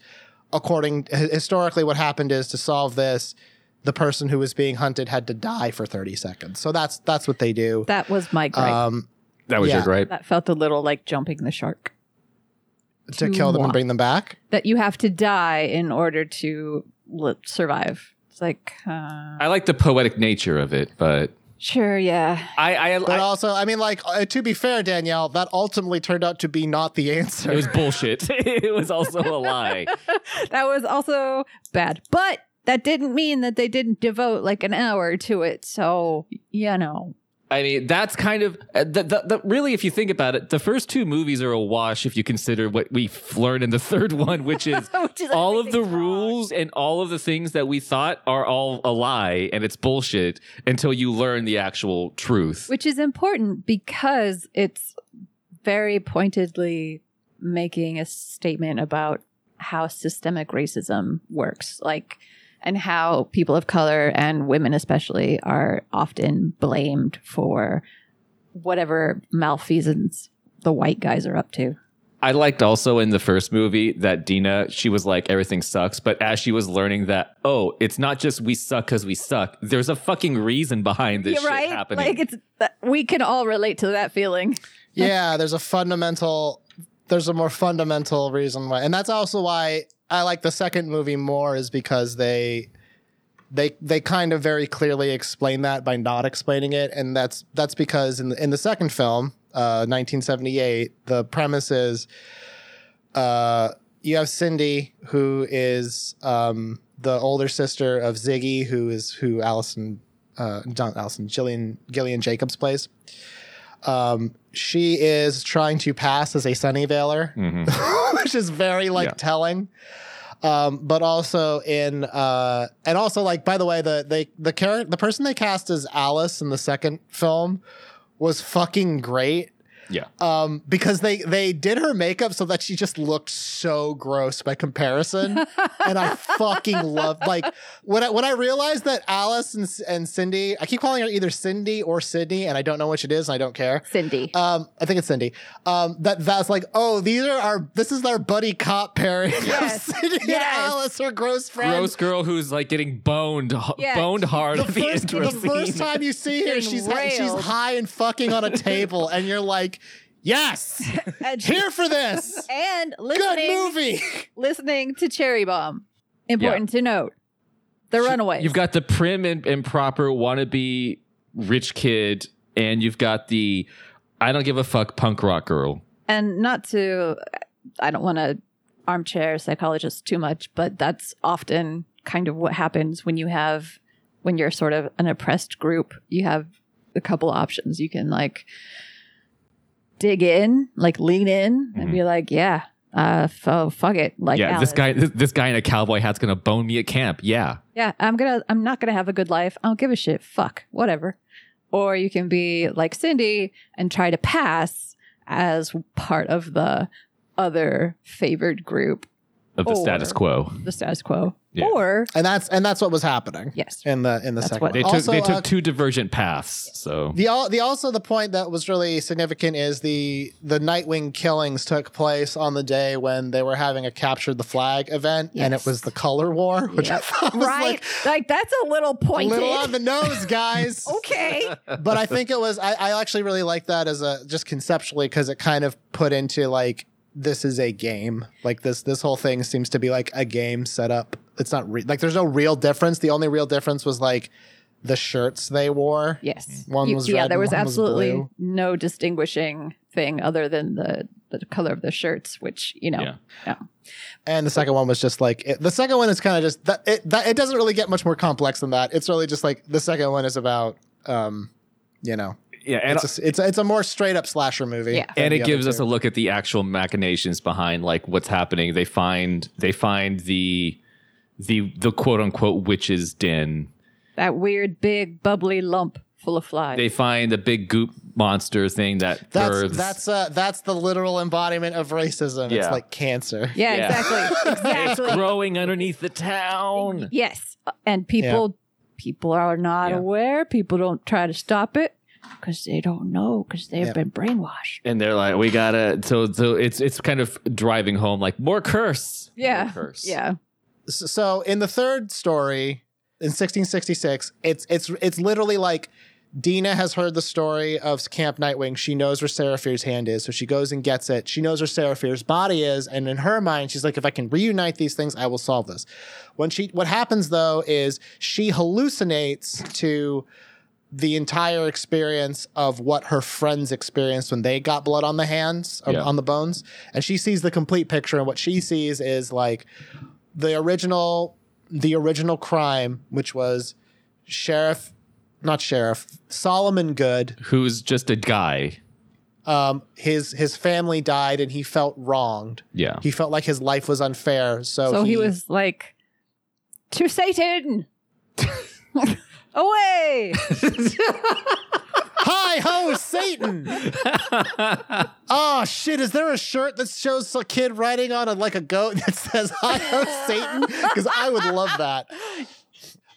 S2: according hi- historically what happened is to solve this, the person who was being hunted had to die for thirty seconds. So that's that's what they do.
S4: That was my gripe.
S3: Uh,
S2: Um,
S3: That
S2: was your Yeah.
S3: gripe.
S4: that felt a little like jumping the shark.
S2: to kill them and bring them back.
S4: That you have to die in order to li- survive. It's like, uh,
S3: I like the poetic nature of it, but
S4: sure, yeah.
S3: I, I,
S2: But
S3: I
S2: also, I mean, like uh, to be fair, Danielle, that ultimately turned out to be not the answer.
S3: it was bullshit. it was also a lie.
S4: That was also bad. But that didn't mean that they didn't devote like an hour to it. So, you know.
S3: I mean, that's kind of uh, the, the, the, really, if you think about it, the first two movies are a wash if you consider what we f- learned in the third one, which is
S4: Which is
S3: all of the
S4: everything's wrong.
S3: rules and all of the things that we thought are all a lie and it's bullshit until you learn the actual truth.
S4: Which is important because it's very pointedly making a statement about how systemic racism works, like, and how people of color and women, especially, are often blamed for whatever malfeasance the white guys are up to.
S3: I liked also in the first movie that Dina, she was like, everything sucks. But as she was learning that, oh, it's not just we suck because we suck. There's a fucking reason behind this
S4: You're
S3: shit
S4: right.
S3: happening.
S4: Like, it's that we can all relate to that feeling.
S2: yeah, there's a fundamental, there's a more fundamental reason why, and that's also why I like the second movie more is because they, they, they kind of very clearly explain that by not explaining it, and that's that's because in the, in the second film, uh, 1978, the premise is, uh, you have Cindy who is um the older sister of Ziggy, who is who Allison, uh, not Allison, Gillian Gillian Jacobs plays. Um, she is trying to pass as a Sunnyvaler,
S3: Mhm.
S2: which is very like
S3: Yeah.
S2: telling. Um, but also in uh, and also like by the way the they the character the person they cast as Alice in the second film was fucking great
S3: Yeah.
S2: um, because they they did her makeup so that she just looked so gross by comparison, and I fucking love like when I when I realized that Alice and, and Cindy, I keep calling her either Cindy or Sydney, and I don't know which it is, and I don't care.
S4: Cindy.
S2: Um, I think it's Cindy. Um, that that's like, oh, these are our this is our buddy cop pairing. of
S4: Yes.
S2: Cindy and
S4: Yes.
S2: Alice, her gross friend.
S3: Gross girl who's like getting boned, h-
S4: Yeah.
S3: boned hard
S2: the
S3: at the
S2: first,
S3: intro
S2: the first
S3: scene.
S2: time you see her,
S4: Getting
S2: she's hi- she's
S4: railed.
S2: high and fucking on a table, and you're like, yes,
S4: and,
S2: here for this.
S4: and
S2: Good
S4: listening,
S2: movie.
S4: listening to Cherry Bomb. Important to note. The Runaways.
S3: You've got the prim and, and proper wannabe rich kid, and you've got the I don't give a fuck punk rock girl.
S4: and not to i don't want to armchair psychologist too much but that's often kind of what happens when you have when you're sort of an oppressed group you have a couple options you can like dig in like lean in and be like yeah uh f- oh, fuck it like
S3: Mm-hmm. yeah, this
S4: Alice.
S3: guy, this, this guy in a cowboy hat's gonna bone me at camp. Yeah,
S4: yeah i'm gonna i'm not gonna have a good life i don't give a shit fuck whatever or you can be like cindy and try to pass as part of the other favored group
S3: of the
S4: Or-
S3: status quo.
S4: the status quo
S3: Yeah.
S4: or
S2: and that's and that's what was happening
S4: yes
S2: in the in the
S4: That's
S2: second.
S4: what-
S3: They
S2: one.
S3: took
S2: also,
S3: they took
S2: uh,
S3: two divergent paths. So
S2: the al- the also the point that was really significant is the the Nightwing killings took place on the day when they were having a capture the flag event, and it
S4: Yes.
S2: was the color war, which I thought was
S4: right
S2: like
S4: like, that's a little
S2: a
S4: pointed Oh
S2: little on the nose, guys.
S4: okay
S2: but I think it was I, I actually really like that as a just conceptually because it kind of put into like this is a game like this this whole thing seems to be like a game set up it's not re- like there's no real difference the only real difference was like the shirts they wore
S4: yes
S2: One was
S4: yeah
S2: red
S4: there
S2: and
S4: was
S2: one was
S4: absolutely
S2: blue.
S4: no distinguishing thing other than the the color of the shirts which you know
S3: Yeah.
S2: and the second one was just like it, the second one is kind of just that it that it doesn't really get much more complex than that it's really just like the second one is about um you know
S3: yeah, and
S2: it's a, it's a, it's a more straight up slasher movie
S4: Yeah.
S2: than
S3: and
S2: the
S3: it
S2: other
S3: gives us
S2: two.
S3: a look at the actual machinations behind like what's happening they find they find the the the quote unquote witch's den
S4: that weird big bubbly lump full of flies
S3: they find the big goop monster thing that
S2: That's
S3: births-
S2: that's uh, that's the literal embodiment of racism. It's
S3: Yeah.
S2: like cancer.
S4: yeah,
S3: Yeah.
S4: exactly
S3: it's
S4: exactly
S3: growing underneath the town
S4: Yes. Uh, And people people are not
S3: Yeah.
S4: aware. People don't try to stop it because they don't know because they've
S2: Yeah.
S4: been brainwashed.
S3: and they're like we gotta so so it's it's kind of driving home like more curse
S4: Yeah.
S3: more curse
S4: Yeah.
S2: S- So in the third story, in 1666, it's it's it's literally like Dina has heard the story of Camp Nightwing. She knows where Seraphir's hand is, so she goes and gets it. She knows where Seraphir's body is, and in her mind, she's like, if I can reunite these things, I will solve this. When she what happens though is she hallucinates to the entire experience of what her friends experienced when they got blood on the hands or
S3: Yeah.
S2: on the bones and she sees the complete picture and what she sees is like the original the original crime which was sheriff not sheriff solomon good
S3: who's just a guy
S2: um his his family died and he felt wronged
S3: yeah
S2: he felt like his life was unfair so,
S4: so he, was like, To Satan. Away.
S2: hi ho satan oh shit is there a shirt that shows a kid riding on a, like a goat that says hi ho satan because i would love that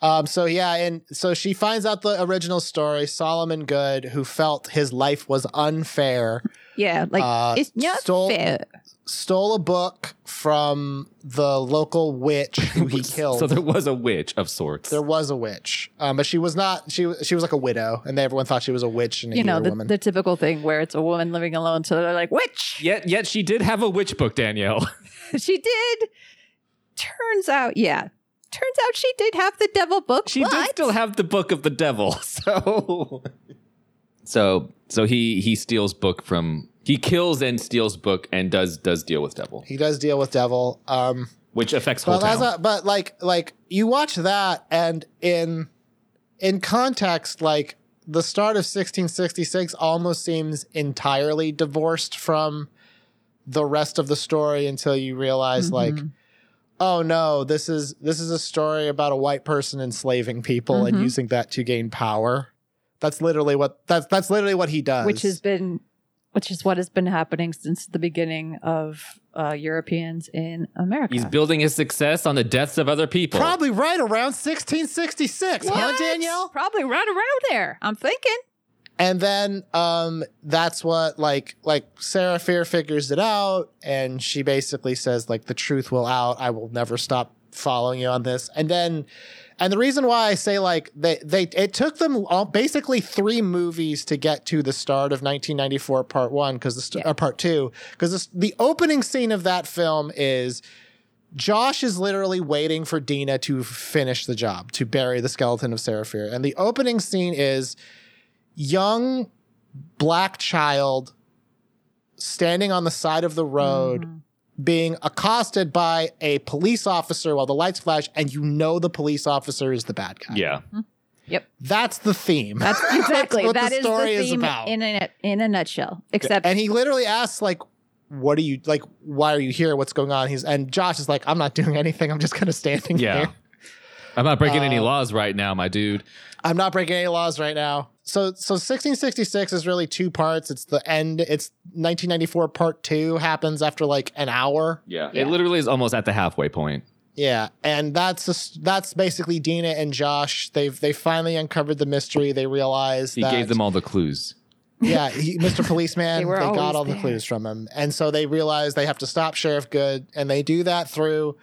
S2: Um, so yeah, and so she finds out the original story. Solomon Good, who felt his life was unfair,
S4: Yeah. Like
S2: Uh,
S4: it's not
S2: stole-
S4: fair.
S2: stole a book from the local witch who he killed.
S3: so there was a witch of sorts
S2: there was a witch, um, but she was not. She was- she was like a widow, and everyone thought she was a witch and
S4: You know,
S2: a
S4: the,
S2: woman.
S4: the typical thing where it's a woman living alone. So they're like, Witch.
S3: yet yet she did have a witch book danielle
S4: she did. Turns out, yeah. Turns out she did have the devil book.
S3: She
S4: but-
S3: did still have the book of the devil, so so so he he steals book from he kills and steals book and does does deal with devil,
S2: he does deal with devil, um,
S3: which affects whole
S2: but that's
S3: town.
S2: not, but like like you watch that, and in in context, like the start of 1666 almost seems entirely
S4: Mm-hmm.
S2: divorced from the rest of the story until you realize like oh no, this is this is a story about a white person enslaving people and
S4: Mhm.
S2: using that to gain power. That's literally what that's that's literally what he does.
S4: which has been which is what has been happening since the beginning of uh, Europeans in America.
S3: He's building his success on the deaths of other people.
S2: probably right around 1666, huh,
S4: What?
S2: Danielle?
S4: Probably right around there. I'm thinking.
S2: And then um, that's what like like Sarah Fear figures it out, and she basically says like the truth will out. I will never stop following you on this. And then, and the reason why I say like they they it took them all, basically three movies to get to the start of 1994 Part One because the st-
S4: Yeah.
S2: or Part Two because the, the opening scene of that film is. Josh is literally waiting for Dina to finish the job, to bury the skeleton of Seraphir. And the opening scene is young black child standing on the side of the road being accosted by a police officer while the lights flash and you know the police officer is the bad guy
S3: Yeah.
S2: that's the theme
S4: That's exactly
S2: what
S4: that
S2: the
S4: is
S2: story
S4: the
S2: is
S4: theme
S2: about.
S4: in a in a nutshell. Except
S2: and he literally asks like what are you like why are you here what's going on he's and josh is like i'm not doing anything i'm just kind of standing
S3: Yeah.
S2: here
S3: I'm not breaking any
S2: Uh,
S3: laws right now, my dude.
S2: I'm not breaking any laws right now. So so 1666 is really two parts. It's the end. It's 1994 part 2 happens after like an hour.
S3: Yeah.
S4: Yeah.
S3: It literally is almost at the halfway point.
S2: Yeah, and that's just, that's basically Dina and Josh. They've they finally uncovered the mystery. They realize
S3: He
S2: that
S3: gave them all the clues.
S2: yeah, he, Mr. Policeman,
S4: They
S2: they,
S4: were always
S2: got all
S4: there.
S2: the clues from him. And so they realize they have to stop Sheriff Good, and they do that through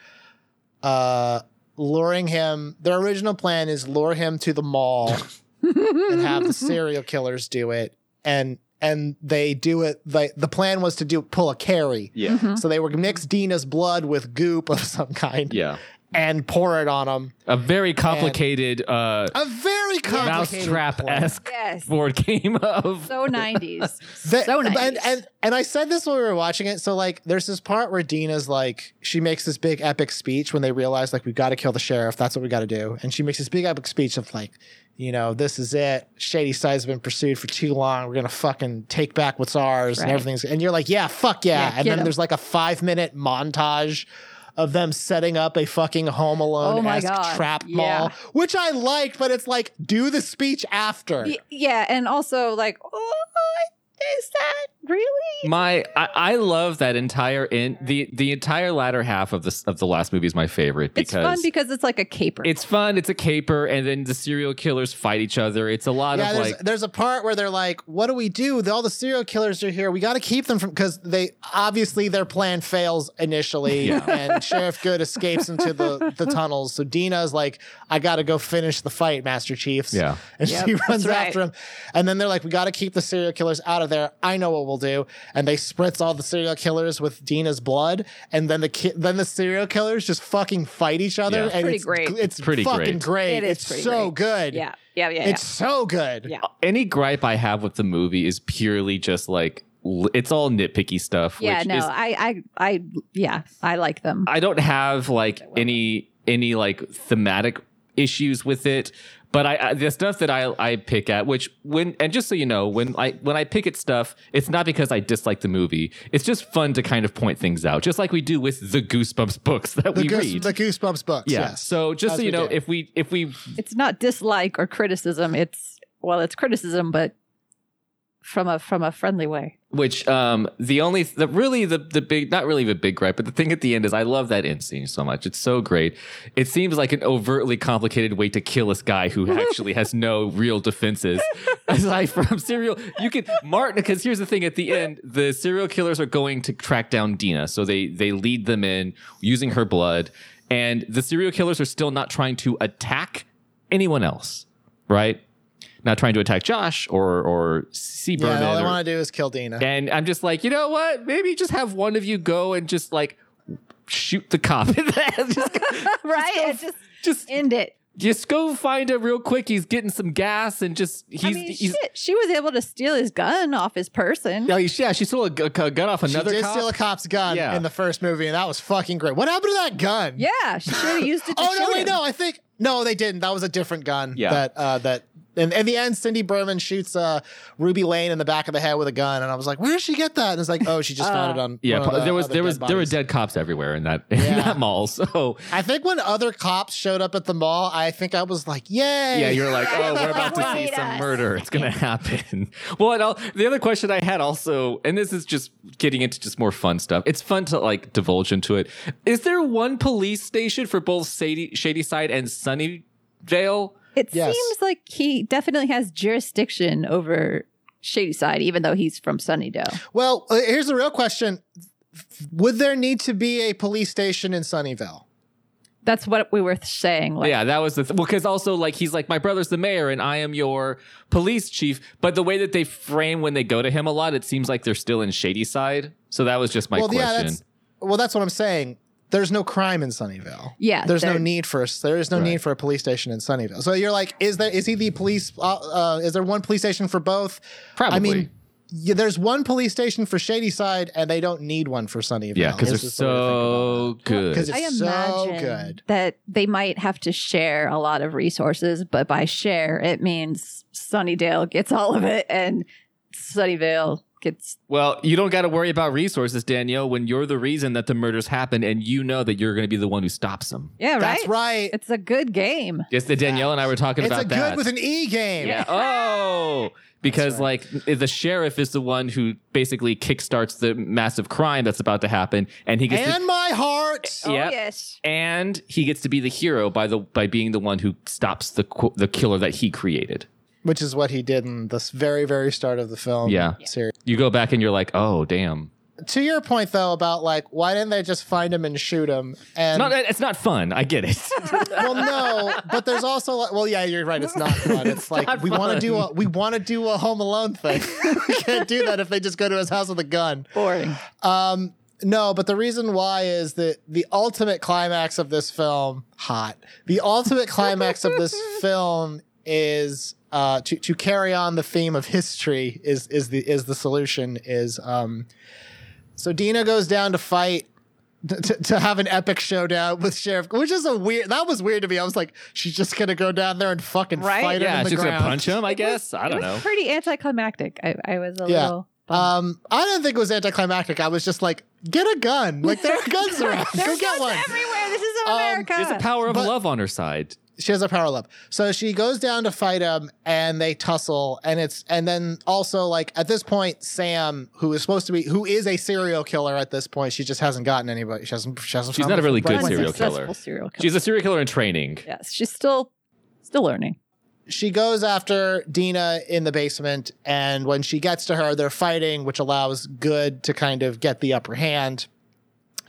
S2: uh, luring him. Their original plan is lure him to the mall and have the serial killers do it. And and they do it. They, the plan was to do pull a carry.
S3: Yeah.
S4: Mm-hmm.
S2: So they were mix Dina's blood with goop of some kind
S3: Yeah.
S2: and pour it on him.
S3: A very complicated uh,
S2: A very complicated
S3: mousetrap
S2: plan.
S3: esque
S4: yes,
S3: board game of.
S4: so nineties,
S2: That-
S4: so nineties.
S2: And, and and I said this when we were watching it. So like, there's this part where Dina's like, she makes this big epic speech when they realize like we got to kill the sheriff. That's what we got to do. And she makes this big epic speech of like, you know, this is it. Shady side's been pursued for too long. We're gonna fucking take back what's ours and
S4: Right.
S2: everything's. And you're like, yeah, fuck yeah.
S4: Yeah,
S2: and
S4: get
S2: then
S4: 'em.
S2: there's like a five minute montage. Of them setting up a fucking Home Alone esque
S4: Oh God.
S2: trap
S4: Yeah.
S2: mall, which I like, but it's like do the speech after.
S4: Y- yeah, and also like, oh, is that really?
S3: My, I, I love that entire in the the entire latter half of this of the last movie is my favorite
S4: It's
S3: because
S4: fun because it's like a caper.
S3: it's fun, it's a caper, and then the serial killers fight each other. It's a lot
S2: yeah,
S3: of
S2: there's,
S3: like
S2: there's a part where they're like, "What do we do? All the serial killers are here. We got to keep them from because they obviously their plan fails initially,
S3: Yeah.
S2: and Sheriff Good escapes into the the tunnels. So Dina's like, "I got to go finish the fight, Master Chiefs."
S3: Yeah.
S2: and
S4: Yep,
S2: she
S4: that's
S2: runs
S4: right.
S2: after him, and then they're like, "We got to keep the serial killers out of there." I know what we'll do, and they spritz all the serial killers with Dina's blood, and then the ki- then the serial killers just fucking fight each other,
S3: Yeah.
S2: and
S4: Pretty
S2: it's
S4: great.
S2: It's
S3: Pretty
S2: fucking
S3: great.
S2: great.
S4: It is
S2: it's
S4: pretty
S2: so
S4: great.
S2: good.
S4: yeah, yeah, yeah,
S2: It's so good.
S4: yeah.
S3: any gripe I have with the movie is purely just like l- it's all nitpicky stuff.
S4: Yeah,
S3: which
S4: no,
S3: is,
S4: I, I, I, yeah, I like them.
S3: I don't have like any any like thematic issues with it, but I, I the stuff that I I pick at which when and just so you know when I when I pick at stuff, it's not because I dislike the movie. It's just fun to kind of point things out, just like we do with the Goosebumps books that
S2: the,
S3: we
S2: Goose-
S3: read.
S2: the Goosebumps books.
S3: yeah.
S2: Yes.
S3: So just
S2: As
S3: so you
S2: we
S3: know,
S2: do.
S3: if we if we
S4: it's not dislike or criticism. It's well, it's criticism, but from a from a friendly way.
S3: which um the only the really the the big not really the big gripe but the thing at the end is i love that end scene so much it's so great it seems like an overtly complicated way to kill this guy who actually has no real defenses aside from serial you can martin because here's the thing at the end the serial killers are going to track down dina so they they lead them in using her blood and the serial killers are still not trying to attack anyone else right not trying to attack josh or or see
S2: yeah, all they
S3: Berman or-
S2: want to do is kill Dina.
S3: and I'm just like, you know what? Maybe just have one of you go and just like shoot the cop. just,
S4: right? It just
S3: just
S4: end it.
S3: just go find him real quick. He's getting some gas and just he's
S4: I mean,
S3: he's
S4: shit, she was able to steal his gun off his person.
S3: no, he's- yeah, she stole a, gu- a gun off
S2: she
S3: another
S2: did
S3: cop.
S2: steal a cop's gun
S3: Yeah.
S2: in the first movie, and that was fucking great. What happened to that gun?
S4: Yeah, she should have used it. To
S2: Oh no,
S4: shoot
S2: wait,
S4: him.
S2: no. I think no, they didn't. That was a different gun.
S3: Yeah.
S2: That uh, that And at the end, Cindy Berman shoots uh, Ruby Lane in the back of the head with a gun, and I was like, "Where did she get that?" And it's like, "Oh, she just
S4: Uh,
S2: found it on."
S3: Yeah,
S2: one of
S3: pa-
S2: the
S3: there was
S2: other
S3: there was
S2: dead
S3: there were
S2: bodies.
S3: dead cops everywhere in that in
S2: Yeah.
S3: that mall. So
S2: I think when other cops showed up at the mall, I think I was like, "Yay!"
S3: yeah, you're like, oh, we're about to see
S5: Wait
S3: some
S5: a
S3: murder. It's gonna happen. Well, and I'll, the other question I had also, and this is just getting into just more fun stuff. It's fun to like divulge into it. Is there one police station for both Sadie, Shady Side and Sunnyvale?
S4: It
S2: Yes.
S4: seems like he definitely has jurisdiction over Shadyside, even though he's from Sunnydale.
S2: Well, uh, here's the real question: Would there need to be a police station in Sunnyvale?
S4: That's what we were saying. Like,
S3: yeah, that was the th- well, because also like he's like my brother's the mayor and I am your police chief. But the way that they frame when they go to him a lot, it seems like they're still in Shady Side. So that was just my
S2: well, yeah,
S3: question.
S2: that's well, that's what I'm saying. There's no crime in Sunnyvale.
S4: Yeah,
S2: there's no
S4: there-
S2: need for a, there is no
S3: Right.
S2: need for a police station in Sunnyvale. So you're like, is there is he the police? Uh, uh, is there one police station for both? I
S3: Probably.
S2: mean, yeah, there's one police station for Shadyside, and they don't need one for Sunnyvale.
S3: yeah, because they're so good.
S2: because
S4: I
S2: it's so
S4: imagine
S2: good.
S4: that they might have to share a lot of resources, but by share, it means Sunnydale gets all of it and Sunnyvale gets.
S3: Well, you don't got to worry about resources, Danielle, when you're the reason that the murders happen and you know that you're going to be the one who stops them.
S4: Yeah,
S2: That's right.
S4: It's a good game.
S3: Yes, that Danielle and I were talking
S2: It's
S3: about
S2: a
S3: that.
S2: good with an E game.
S3: yeah. Oh, because like the sheriff is the one who basically kickstarts the massive crime that's about to happen, and he gets
S2: And my heart.
S3: to, Yep.
S4: yes.
S3: and he gets to be the hero by the by being the one who stops the qu- the killer that he created.
S2: Which is what he did in the s- very, very start of the film.
S3: Yeah.
S2: Series.
S3: You go back and you're like, oh damn,
S2: To your point, though, about like, why didn't they just find him and shoot him? And
S3: not it's not fun. I get it.
S2: well, no, but there's also like, well, yeah, you're right. It's not fun. It's,
S3: not
S2: like we want
S3: fun.
S2: to do a we want to do a Home Alone thing. we can't do that if they just go to his house with a gun.
S4: Boring.
S2: Um, no, but the reason why is that the ultimate climax of this film, hot. The ultimate climax of this film is uh, to to carry on the theme of history is is the is the solution is um. So Dina goes down to fight. To, to- to have an epic showdown with Sheriff, which is a weird. That was weird to me. I was like, she's just gonna go down there and fucking
S4: Right?
S2: fight him
S3: yeah,
S2: in the
S3: she's gonna
S2: ground.
S3: punch him. I guess I
S4: it
S3: don't
S4: was
S3: know.
S4: pretty anticlimactic. I, I was a
S2: Yeah.
S4: little. bummed.
S2: Um, I didn't think it was anticlimactic. I was just like, get a gun. Like there are guns around. go get one.
S4: everywhere. This is
S2: Um,
S4: America.
S3: There's a power of
S2: But-
S3: love on her side.
S2: she has a power up. So she goes down to fight him and they tussle and it's and then also like at this point Sam who is supposed to be who is a serial killer at this point she just hasn't gotten anybody she hasn't she hasn't
S3: She's
S2: found
S3: not a
S2: the
S3: really good
S2: right-
S3: serial
S4: Unsuccessful
S3: killer.
S4: serial killer.
S3: She's a serial killer in training.
S4: yes, she's still still learning.
S2: She goes after Dina in the basement and when she gets to her they're fighting which allows Good to kind of get the upper hand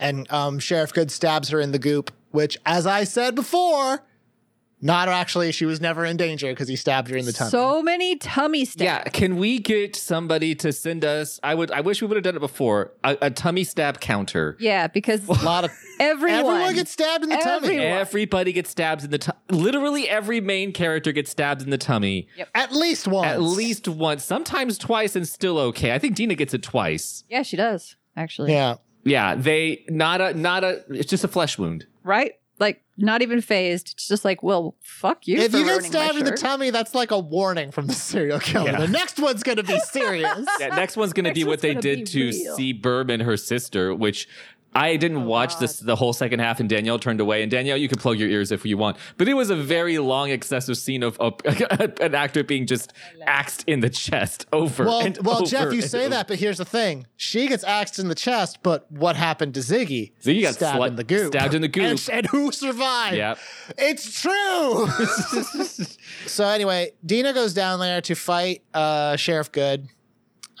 S2: and um, Sheriff Good stabs her in the goop which as I said before not actually she was never in danger because he stabbed her in the tummy.
S4: So many tummy
S3: Yeah,
S4: stabs.
S3: can we get somebody to send us? I would. I wish we would have done it before. A, a tummy stab counter.
S4: Yeah, because
S2: a lot of
S4: everyone,
S2: Everyone gets stabbed in the tummy.
S4: Everyone.
S3: Everybody gets stabbed in the tummy. Literally, every main character gets stabbed in the tummy
S2: At least once.
S3: at least once, sometimes twice, and still okay. I think Dina gets it twice.
S4: Yeah, she does actually.
S2: Yeah.
S3: Yeah, they not a not a. It's just a flesh wound.
S4: Right? Like not even phased. It's just like, well, fuck you.
S2: If
S4: for
S2: you get
S4: ruining my
S2: stabbed in the
S4: shirt.
S2: tummy, that's like a warning from the serial killer.
S3: Yeah.
S2: The next one's going to be serious.
S3: Yeah, next one's gonna
S4: Next
S3: be
S4: one's
S3: what they
S4: gonna
S3: did
S4: be
S3: to
S4: real. Oh
S3: C. Burb and her sister, which I didn't watch this the whole second half, and Danielle turned away. And Danielle, you can plug your ears if you want, but it was a very long, excessive scene of, of an actor being just axed in the chest over
S2: well,
S3: and
S2: well,
S3: over
S2: Jeff, you
S3: and
S2: say
S3: over.
S2: that, but here's the thing: she gets axed in the chest. But what happened to Ziggy?
S3: Ziggy got
S2: stabbed
S3: sli-
S2: in the goop.
S3: stabbed in the goop.
S2: And, and who survived?
S3: Yep.
S2: It's true. so anyway, Dina goes down there to fight uh, Sheriff Good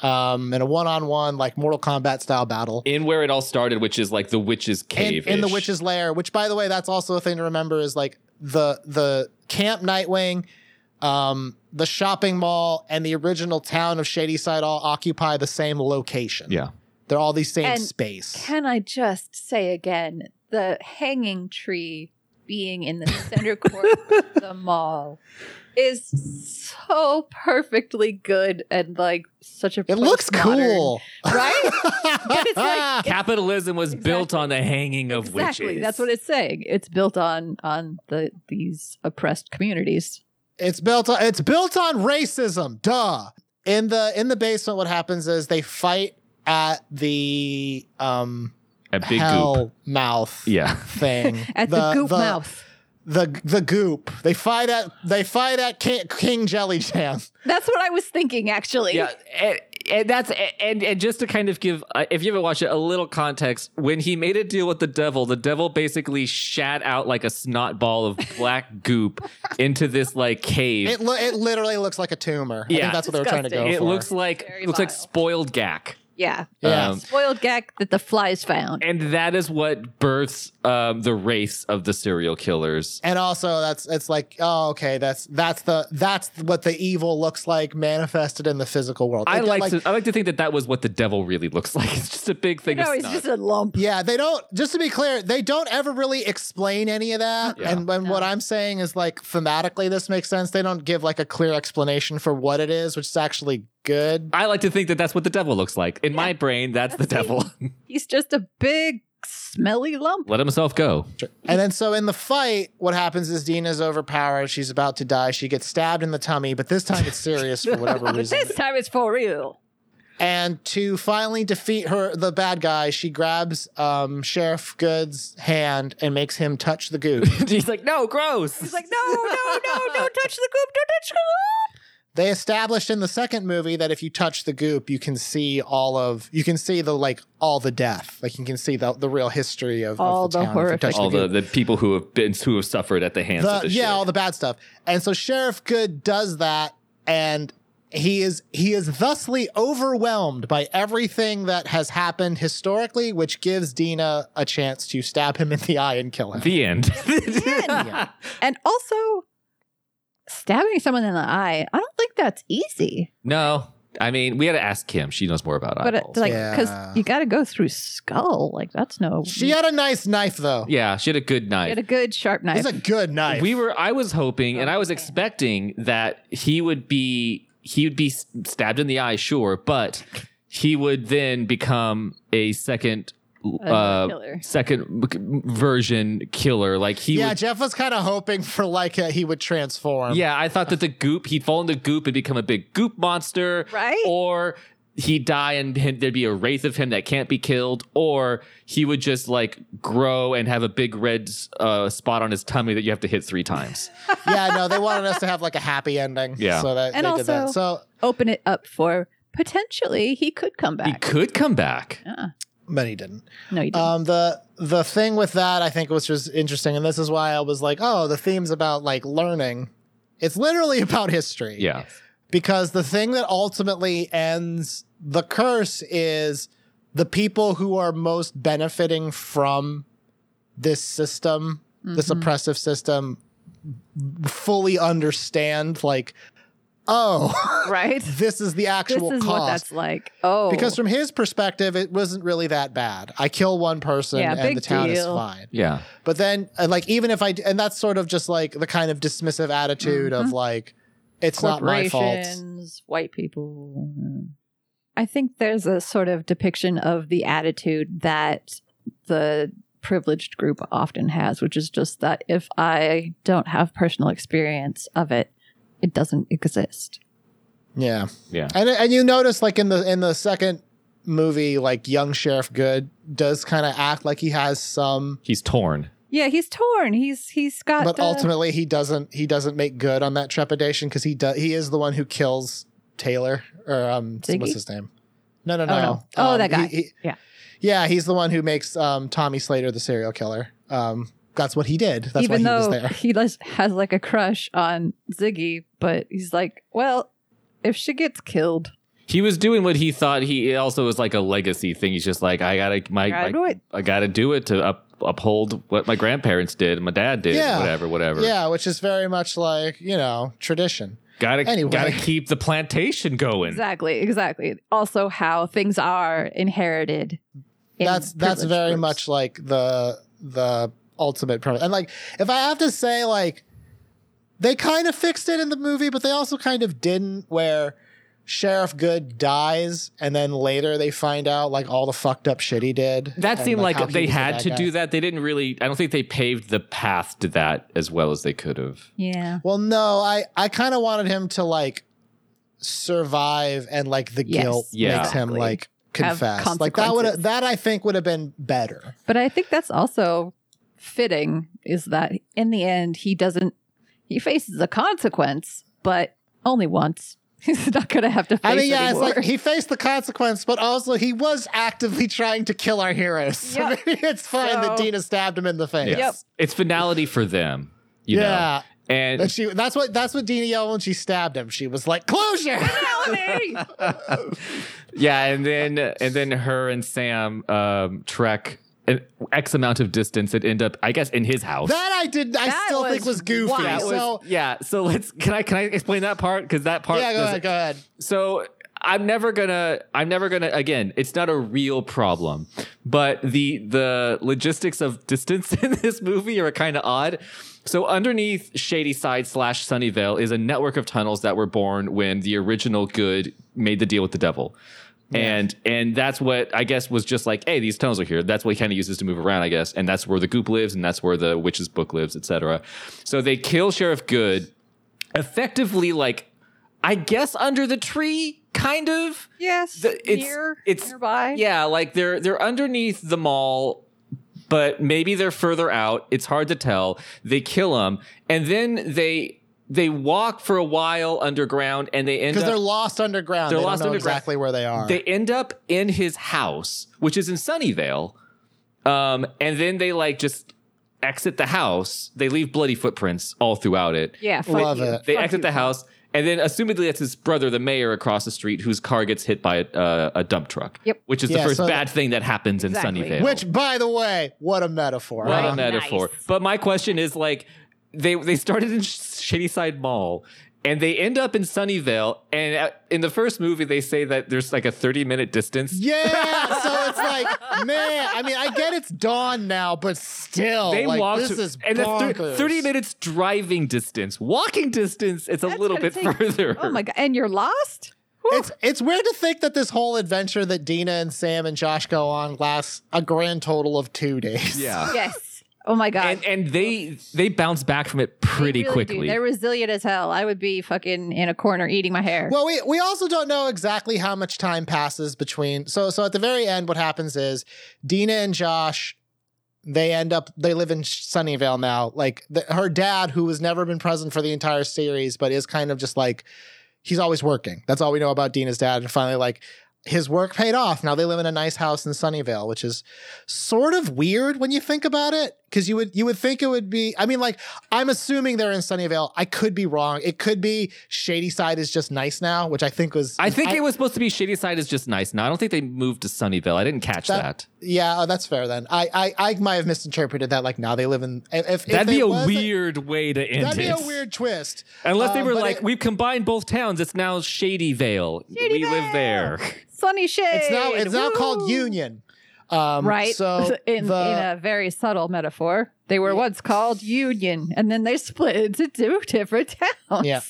S2: um, in a one-on-one, like Mortal Kombat style battle.
S3: in where it all started, which is like the witch's cave.
S2: in, in the witch's lair which by the way that's also a thing to remember is like the the camp nightwing um the shopping mall and the original town of shadyside all occupy the same location
S3: Yeah.
S2: they're all the same
S4: And
S2: space
S4: Can I just say again the hanging tree being in the center court of the mall is so perfectly good and like such a
S2: it looks
S4: postmodern-
S2: cool
S4: right? But it's like
S3: Capitalism was built
S4: Exactly.
S3: on the hanging of
S4: exactly
S3: witches.
S4: that's what it's saying it's built on on the these oppressed communities
S2: It's built on it's built on racism. Duh. In the in the basement, what happens is they fight at the um
S3: A big
S2: hell
S3: goop.
S2: mouth
S3: Yeah.
S2: thing
S4: At the, goop mouth.
S2: the the goop they fight at they fight at King, King Jelly Jam.
S4: That's what I was thinking, actually.
S3: Yeah, and, and that's and and just to kind of give, uh, if you haven't watched it, a little context. When he made a deal with the devil, the devil basically shat out like a snot ball of black goop into this like cave.
S2: It lo- it literally looks like a tumor. I
S3: Yeah.
S2: think that's what they were trying to go
S3: it
S2: for.
S3: looks like
S4: Very
S3: looks like
S4: vile.
S3: spoiled gack.
S4: Yeah.
S2: yeah.
S3: Um,
S4: Spoiled gag that the flies found.
S3: And that is what births um, the race of the serial killers.
S2: and also that's it's like oh okay that's that's the that's what the evil looks like manifested in the physical world.
S3: I
S2: It-
S3: like, to I like to think that that was what the devil really looks like. It's just a big thing.
S4: no,
S3: of
S4: he's
S3: snot.
S4: just a lump.
S2: Yeah, they don't. Just to be clear, they don't ever really explain any of that.
S3: Yeah.
S2: And, and what I'm saying is, like, thematically, this makes sense. They don't give like a clear explanation for what it is, which is actually good.
S3: I like to think that that's what the devil looks like. In my brain, that's the devil.
S4: He's just a big, smelly lump.
S3: Let himself go.
S2: And then, so in the fight, what happens is Dina's overpowered. She's about to die. She gets stabbed in the tummy, but this time it's serious for whatever
S4: But
S2: reason.
S4: this time it's for real.
S2: And to finally defeat her, the bad guy, she grabs um, Sheriff Good's hand and makes him touch the goop.
S3: he's like, no, gross.
S4: He's like, no, no, no, don't touch the goop, don't touch the goop.
S2: they established in the second movie that if you touch the goop you can see all of you can see the like all the death like you can see the, the real history of of
S4: All the
S2: town if you
S4: horrific-
S2: touch
S3: all the,
S2: goop.
S3: the people who have been who have suffered at the hands
S2: The-
S3: of this
S2: yeah
S3: shit.
S2: all the bad stuff and so sheriff good does that and he is he is thusly overwhelmed by everything that has happened historically which gives dina a chance to stab him in the eye and kill him
S3: the end.
S4: And also, stabbing someone in the eye, I don't think that's easy.
S3: no, I mean we had to ask Kim. She knows more about
S4: But uh,
S3: eyeballs.
S4: like, because
S2: Yeah.
S4: you got to go through skull. Like, that's no.
S2: she had a nice knife though
S3: yeah, she had a good
S4: you
S3: night.
S4: get a good sharp
S2: it
S4: knife.
S2: was a good knife
S3: We were. I was hoping, and I was expecting that he would be he would be s- stabbed in the eye, sure, but he would then become a second. Uh,
S4: killer.
S3: second m- version killer, like he
S2: yeah
S3: would
S2: jeff was kind of hoping for like uh, he would
S4: Um,
S2: transform
S3: Yeah, I thought that the goop, he'd fall into goop and become a big goop monster.
S4: Right?
S3: Or he'd die and him, there'd be a wraith of him that can't be killed. Or he would just like grow and have a big red uh, spot on his tummy that you have to hit three times.
S2: yeah, no, they wanted us to have like a happy ending.
S3: Yeah.
S2: So that
S4: And
S2: they did that.
S4: also-
S2: So
S4: Open it up for potentially he could come
S3: he
S4: back. Oh,
S3: could come back.
S2: but he didn't.
S4: no, you didn't.
S2: Um the the thing with that I think was just interesting, and this is why I was like, oh, the theme's about like learning. It's literally about history.
S3: Yeah.
S2: Because the thing that ultimately ends the curse is the people who are most benefiting from this system, this
S4: Mm-hmm.
S2: oppressive system, fully understand like, oh,
S4: Mm-hmm. right?
S2: this is the
S4: This
S2: actual
S4: is
S2: cost.
S4: what that's like. Oh,
S2: Because from his perspective, it wasn't really that bad. I kill one person
S4: Yeah, big
S2: and the town is
S4: deal.
S2: fine.
S3: Yeah.
S2: But then, uh, like, even if I, d- and that's sort of just like the kind of dismissive attitude of
S4: Mm-hmm.
S2: like, it's not my fault.
S4: corporations, white people. I think there's a sort of depiction of the attitude that the privileged group often has, which is just that if I don't have personal experience of it, it doesn't exist.
S2: Yeah.
S3: Yeah.
S2: And, and you notice like in the, in the second movie, like young Sheriff Good does kind of act like he has some,
S3: He's torn.
S4: Yeah, he's torn. He's he's got.
S2: but
S4: the-
S2: ultimately he doesn't, he doesn't make good on that trepidation because he does, he is the one who kills Taylor or um,
S4: Ziggy?
S2: what's his name? No, no,
S4: Oh,
S2: no.
S4: no. Oh,
S2: Um,
S4: that guy.
S2: he- he-
S4: yeah.
S2: Yeah, he's the one who makes um, Tommy Slater the serial killer. Um, that's what he did. That's
S4: Even
S2: why he was
S4: though
S2: there.
S4: he does, has like a crush on Ziggy, but he's like, well, if she gets killed,
S3: He was doing what he thought he it also was like a legacy thing. He's just like, I gotta my,
S4: Gotta
S3: my-
S4: do it.
S3: I gotta do it to up, uphold what my grandparents did, my dad did,
S2: Yeah.
S3: whatever, whatever.
S2: Yeah, which is very much like you know tradition.
S3: Gotta
S2: Anyway.
S3: gotta keep the plantation going.
S4: Exactly, exactly. Also, how things are inherited. in
S2: that's that's
S4: privileged
S2: very
S4: groups.
S2: much like the the ultimate premise. And like, if I have to say, like, they kind of fixed it in the movie, but they also kind of didn't. Where Sheriff Good dies, and then later they find out like all the fucked up shit he did.
S3: That
S2: and,
S3: seemed like,
S2: how he
S3: they
S2: was a
S3: had
S2: bad
S3: to
S2: guy.
S3: do that. They didn't really. I don't think they paved the path to that as well as they could have.
S4: Yeah.
S2: Well, no, I I kind of wanted him to like survive, and like the
S4: Yes.
S2: guilt
S3: Yeah.
S2: makes him
S4: Exactly.
S2: like
S4: Have
S2: confess. Like that would
S4: consequences.
S2: that I think would have been better.
S4: But I think that's also fitting is that in the end, he doesn't, he faces a consequence, but only once. He's not going to have to face
S2: I mean, yeah,
S4: anymore.
S2: it's like he faced the consequence, but also he was actively trying to kill our heroes. So
S4: Yep.
S2: maybe it's fine that
S4: So-
S2: Dina stabbed him in the face.
S4: Yep.
S3: It's finality for them. You
S2: yeah,
S3: Know? And
S2: And she that's what that's what Dina yelled when she stabbed him. She was like, Closure!
S3: yeah, and then and then her and Sam um, trek an X amount of distance and end up, I guess, in his house.
S2: that I did I
S4: That
S2: still
S4: was
S2: think was goofy.
S4: wild.
S3: That was-
S2: so
S3: yeah. So let's can I can I explain that part because that part
S2: yeah, go
S3: doesn't-
S2: ahead, go ahead.
S3: so I'm never gonna I'm never gonna again, it's not a real problem. But the the logistics of distance in this movie are kind of odd. So underneath Shady Side slash Sunnyvale is a network of tunnels that were born when the original good made the deal with the devil. And and that's what I guess was just like, hey, these tunnels are here. That's what he kind of uses to move around, I guess. And that's where the goop lives, and that's where the witch's book lives, etc. So they kill Sheriff Good, effectively like I guess under the tree, kind of.
S4: yes.
S3: The- it's-
S4: near,
S3: it's-
S4: nearby.
S3: Yeah, like they're they're underneath the mall, but maybe they're further out. It's hard to tell. They kill him, and then they they walk for a while underground, and they end
S2: Because
S3: up
S2: they're lost underground.
S3: They're
S2: they
S3: lost
S2: don't know
S3: underground.
S2: exactly where they are.
S3: they end up in his house, which is in Sunnyvale. Um, and then they like just exit the house. They leave bloody footprints all throughout it.
S4: Yeah. Fuck
S2: Love
S4: you.
S2: it.
S3: They
S4: Fuck
S3: exit
S4: you.
S3: the house, and then assumedly that's his brother, the mayor across the street, whose car gets hit by a, uh, a dump truck.
S4: Yep.
S3: Which is the
S2: Yeah,
S3: first
S2: so-
S3: bad thing that happens
S4: Exactly.
S3: in Sunnyvale.
S2: Which, by the way, what a metaphor.
S3: what
S2: huh?
S3: a metaphor. But my question is like, they they started in Shadyside Mall. And they end up in Sunnyvale, and uh, in the first movie, they say that there's like a 30 minute distance.
S2: Yeah, so it's like, man. I mean, I get it's dawn now, but still,
S3: they
S2: like,
S3: walked
S2: This is
S3: and that's thir-
S2: bonkers.
S3: 30 minutes driving distance walking distance it's a
S4: That's
S3: little
S4: gonna
S3: bit
S4: take-
S3: further
S4: Oh my God. And you're lost?
S2: It's it's weird to think that this whole adventure that Dina and Sam and Josh go on lasts a grand total of two days.
S3: yeah
S4: Yes. Oh my God.
S3: and and they they bounce back from it pretty
S4: They really do.
S3: quickly
S4: They're resilient as hell. I would be fucking in a corner eating my hair.
S2: Well, we we also don't know exactly how much time passes between. So so at the very end, what happens is Dina and Josh, they end up they live in Sunnyvale now. Like the, her dad, who has never been present for the entire series, but is kind of just like he's always working. That's all we know about Dina's dad. And finally, like his work paid off. Now they live in a nice house in Sunnyvale, which is sort of weird when you think about it. Cause you would you would think it would be I mean, like, I'm assuming they're in Sunnyvale. I could be wrong. It could be Shady Side is just nice now, which I think was
S3: i think it was supposed to be shady side is just nice now i don't think they moved to sunnyvale i didn't catch that,
S2: That- yeah, oh, that's fair then. I, I I might have misinterpreted that. Like now they live in if, if
S3: that'd
S2: they
S3: be a
S2: was
S3: weird way to end
S2: that'd be
S3: it
S2: a weird twist.
S3: unless they
S2: Um,
S3: were
S2: but
S3: like
S2: it-
S3: we've combined both towns it's now shady vale we live there
S4: Sunny shade.
S2: It's now it's now
S4: Woo!
S2: called Union. Um,
S4: Right.
S2: So
S4: in,
S2: the-
S4: in a very subtle metaphor, they were once called Union, and then they split into two different towns.
S2: Yeah.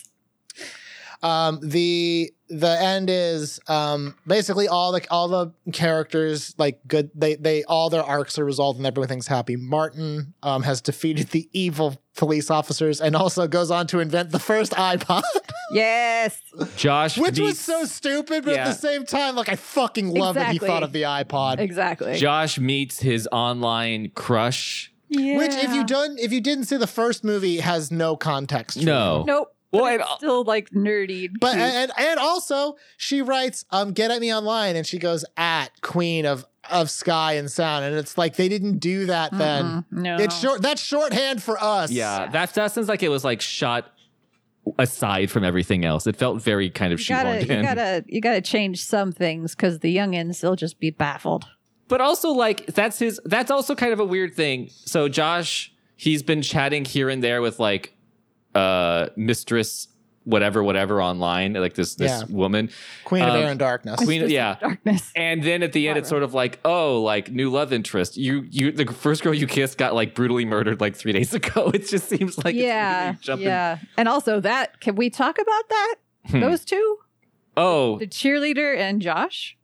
S2: um the the end is um basically all the all the characters like good they they all their arcs are resolved and everything's happy martin um has defeated the evil police officers and also goes on to invent the first ipod
S4: Yes.
S3: josh
S2: which
S3: the-
S2: was so stupid but at
S3: Yeah.
S2: the same time like i fucking love that
S4: Exactly.
S2: he thought of the ipod
S4: Exactly.
S3: josh meets his online crush
S4: yeah.
S2: which if you don't if you didn't see the first movie has no context for
S3: no
S4: Nope.
S3: well
S4: but
S3: and-
S4: it's still like nerdy. and
S2: But uh,
S4: cute.
S2: and and also she writes, um, get at me online, and she goes at Queen of of Sky and Sound, and it's like they didn't do that then.
S4: Mm-mm. Mm-hmm. no.
S2: It's short. That's shorthand for us.
S3: Yeah, that that sounds like it was like shot aside from everything else. It felt very kind of
S4: You gotta,
S3: shoehorned
S4: you
S3: in.
S4: gotta, you gotta change some things because the youngins they'll just be baffled.
S3: But also like that's his that's also kind of a weird thing. So Josh, he's been chatting here and there with like uh mistress whatever whatever online, like this this
S2: Yeah.
S3: woman.
S2: Queen of
S3: Um,
S2: Air and Darkness.
S3: Queen yeah.
S4: Darkness.
S3: And then at the end, it's
S4: Barbara.
S3: sort of like, oh, like new love interest. You, you, the first girl you kissed got like brutally murdered like three days ago. It just seems like it's really
S4: yeah,
S3: jumping
S4: yeah, and also that. Can we talk about that?
S3: Hmm.
S4: Those two.
S3: Oh,
S4: the cheerleader and Josh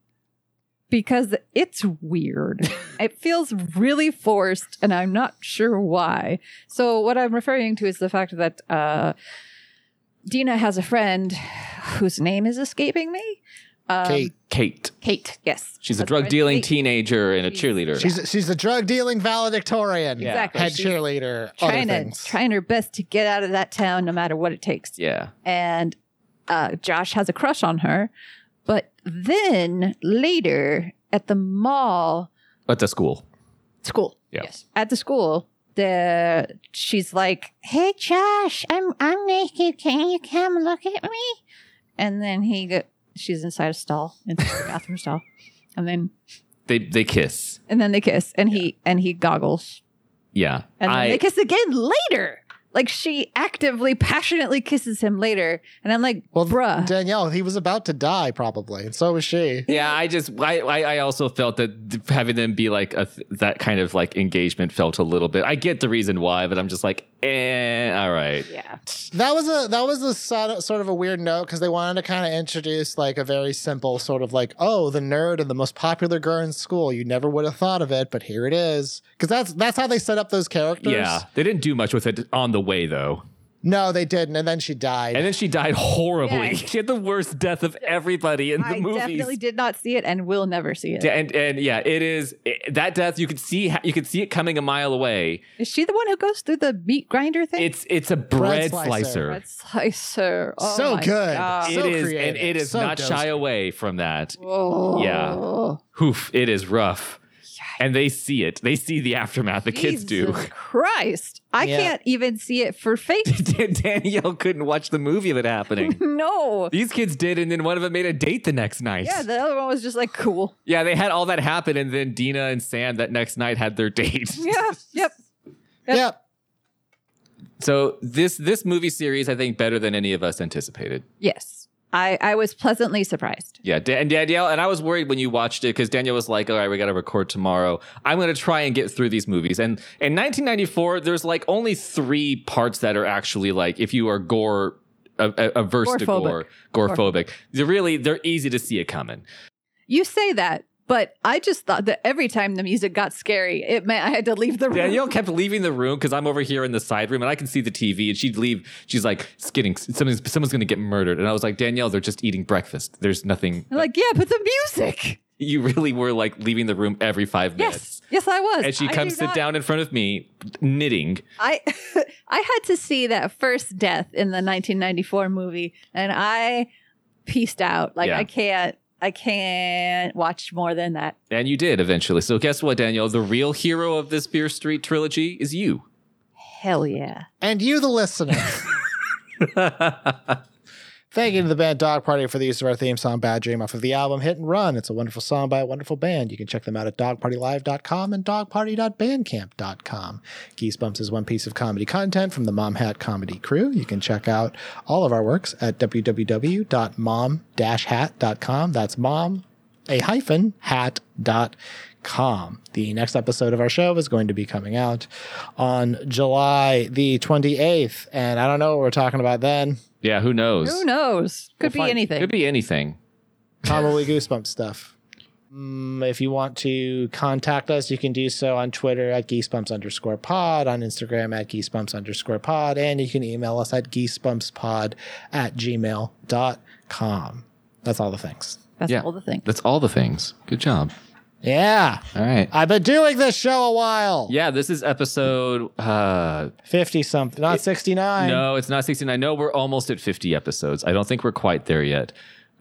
S4: because it's weird. it feels really forced, and I'm not sure why. So, what I'm referring to is the fact that uh, Dina has a friend whose name is escaping me. Um,
S2: Kate.
S3: Kate.
S4: Kate, yes.
S3: She's a
S4: That's
S3: drug
S4: right.
S3: dealing
S4: Kate.
S3: teenager and a
S4: She's-
S3: cheerleader.
S2: She's she's a drug dealing valedictorian.
S3: Yeah.
S4: Exactly.
S2: Head
S4: She's
S2: cheerleader.
S4: Trying
S2: other
S4: to,
S2: things.
S4: trying her best to get out of that town no matter what it takes.
S3: yeah.
S4: and uh, Josh has a crush on her. But then later at the mall,
S3: At the school.
S4: school,
S3: Yeah.
S4: yes, at the school, the she's like, "Hey, Josh, I'm I'm naked. Can you come look at me?" And then he, go, she's inside a stall, inside a bathroom stall, and then
S3: They they kiss.
S4: and then they kiss, and he and he goggles,
S3: Yeah.
S4: and then
S3: I
S4: they kiss again later. Like she actively, passionately kisses him later, and I'm like,
S2: Well,
S4: bruh,
S2: Danielle, he was about to die probably, and so was she.
S3: yeah, I just I, I I also felt that th- having them be like a th- that kind of like engagement felt a little bit. I get the reason why, but I'm just like, eh, all right.
S4: yeah,
S2: That was a that was a sort of- sort of a weird note because they wanted to kind of introduce like a very simple sort of like oh the nerd and the most popular girl in school you never would have thought of it but here it is because that's that's how they set up those characters
S3: Yeah, they didn't do much with it on the way though,
S2: no they didn't and then she died
S3: and then she died horribly.
S4: Yeah.
S3: She had the worst death of everybody in the
S4: I definitely
S3: movies.
S4: did not see it and will never see it.
S3: Yeah, And and yeah, it is it- that death. You could see ha- you could see it coming a mile away.
S4: Is she the one who goes through the meat grinder thing?
S3: It's it's a bread,
S2: slicer.
S3: slicer.
S4: That's slicer. Oh
S2: So
S4: my
S2: good.
S4: God.
S3: It is,
S2: So
S3: and
S2: creative.
S3: it is
S2: So
S3: not shy
S2: dozy.
S3: away from that.
S4: Whoa.
S3: Yeah. Hoof, it is rough. And they see it. They see the aftermath. The kids do.
S4: Jesus Christ, I
S2: Yeah.
S4: can't even see it for faith.
S3: Danielle couldn't watch the movie of it happening.
S4: no.
S3: These kids did, and then one of them made a date the next night.
S4: Yeah, the other one was just like cool.
S3: Yeah, they had all that happen, and then Dina and Sam that next night had their date.
S4: Yeah. yep.
S2: yeah
S3: So this this movie series, I think, better than any of us anticipated.
S4: Yes. I I was pleasantly surprised.
S3: Yeah, Da- and Danielle and I was worried when you watched it because Danielle was like, "All right, we got to record tomorrow. I'm going to try and get through these movies." And in 1994, there's like only three parts that are actually like, if you are gore a- a- averse to gore,
S4: Gorephobic.
S3: gorephobic, they're really they're easy to see it coming.
S4: You say that, but I just thought that every time the music got scary, it meant I had to leave the room.
S3: Danielle kept leaving the room because I'm over here in the side room and I can see the TV, and she'd leave. She's like, "It's getting someone's someone's going to get murdered," and I was like, "Danielle, they're just eating breakfast. There's nothing."
S4: I'm like, yeah, but the music.
S3: you really were like leaving the room every five minutes.
S4: Yes. Yes, I was.
S3: and she
S4: I
S3: comes
S4: do
S3: sit
S4: not-
S3: down in front of me knitting
S4: I I had to see that first death in the 1994 movie, and I pieced out. Like
S3: Yeah.
S4: I can't, I can't watch more than that.
S3: and you did eventually so guess what daniel the real hero of this fear street trilogy is you
S4: Hell yeah!
S2: and you the listener Thank you to the band Dog Party for the use of our theme song Bad Dream off of the album Hit and Run. It's a wonderful song by a wonderful band. You can check them out at dogpartylive.com and dogparty.bandcamp.com. Geesebumps is one piece of comedy content from the Mom Hat Comedy Crew. You can check out all of our works at www.mom-hat.com. That's mom, a hyphen, hat.com. The next episode of our show is going to be coming out on July the 28th. And I don't know what we're talking about then.
S3: yeah who knows
S4: Who knows? Could be
S2: find-
S4: anything.
S3: could be anything
S2: probably goosebump stuff Mm, if you want to contact us you can do so on twitter at geesebumps underscore pod on instagram at geesebumps underscore pod and you can email us at geesebumpspod at gmail.com that's all the things
S4: That's
S3: yeah.
S4: all the thing.
S3: that's all the things good job
S2: yeah
S3: all right
S2: i've been doing this show a while
S3: yeah this is episode uh
S2: 50 something not 69
S3: no it's not 69 no we're almost at 50 episodes i don't think we're quite there yet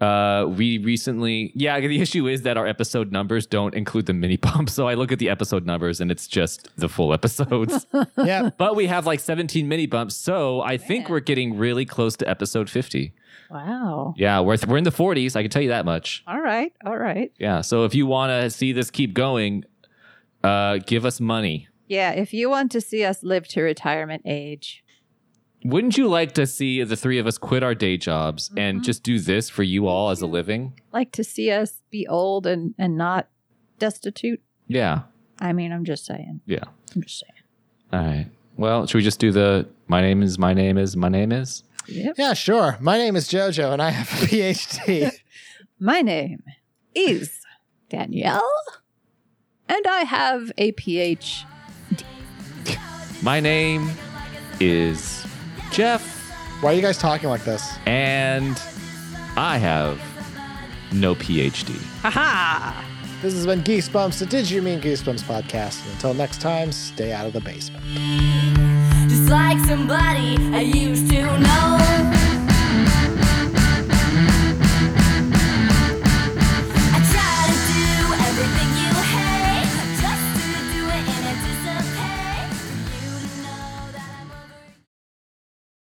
S3: uh we recently yeah the issue is that our episode numbers don't include the mini pump so i look at the episode numbers and it's just the full episodes
S2: yeah
S3: But we have like 17 mini bumps, so I think we're getting really close to episode 50.
S4: Wow.
S3: Yeah, we're we're in the 40s. I can tell you that much.
S4: All right. All right.
S3: Yeah. So if you want to see this keep going, uh, give us money.
S4: Yeah. If you want to see us live to retirement age,
S3: Wouldn't you like to see the three of us quit our day jobs and just do this for you all as a living?
S4: like to see us be old and and not destitute.
S3: Yeah.
S4: I mean, I'm just saying.
S3: Yeah.
S4: I'm just saying.
S3: All right. Well, should we just do the my name is my name is my name is?
S4: Yep.
S2: yeah sure my name is jojo and i have a phd
S4: My name is Danielle, and I have a PhD.
S3: My name is Jeff,
S2: Why are you guys talking like this?
S3: and I have no PhD.
S2: This has been Goosebumps, the Did You Mean Goosebumps podcast. And until next time, stay out of the basement.
S5: Just like somebody I used to know.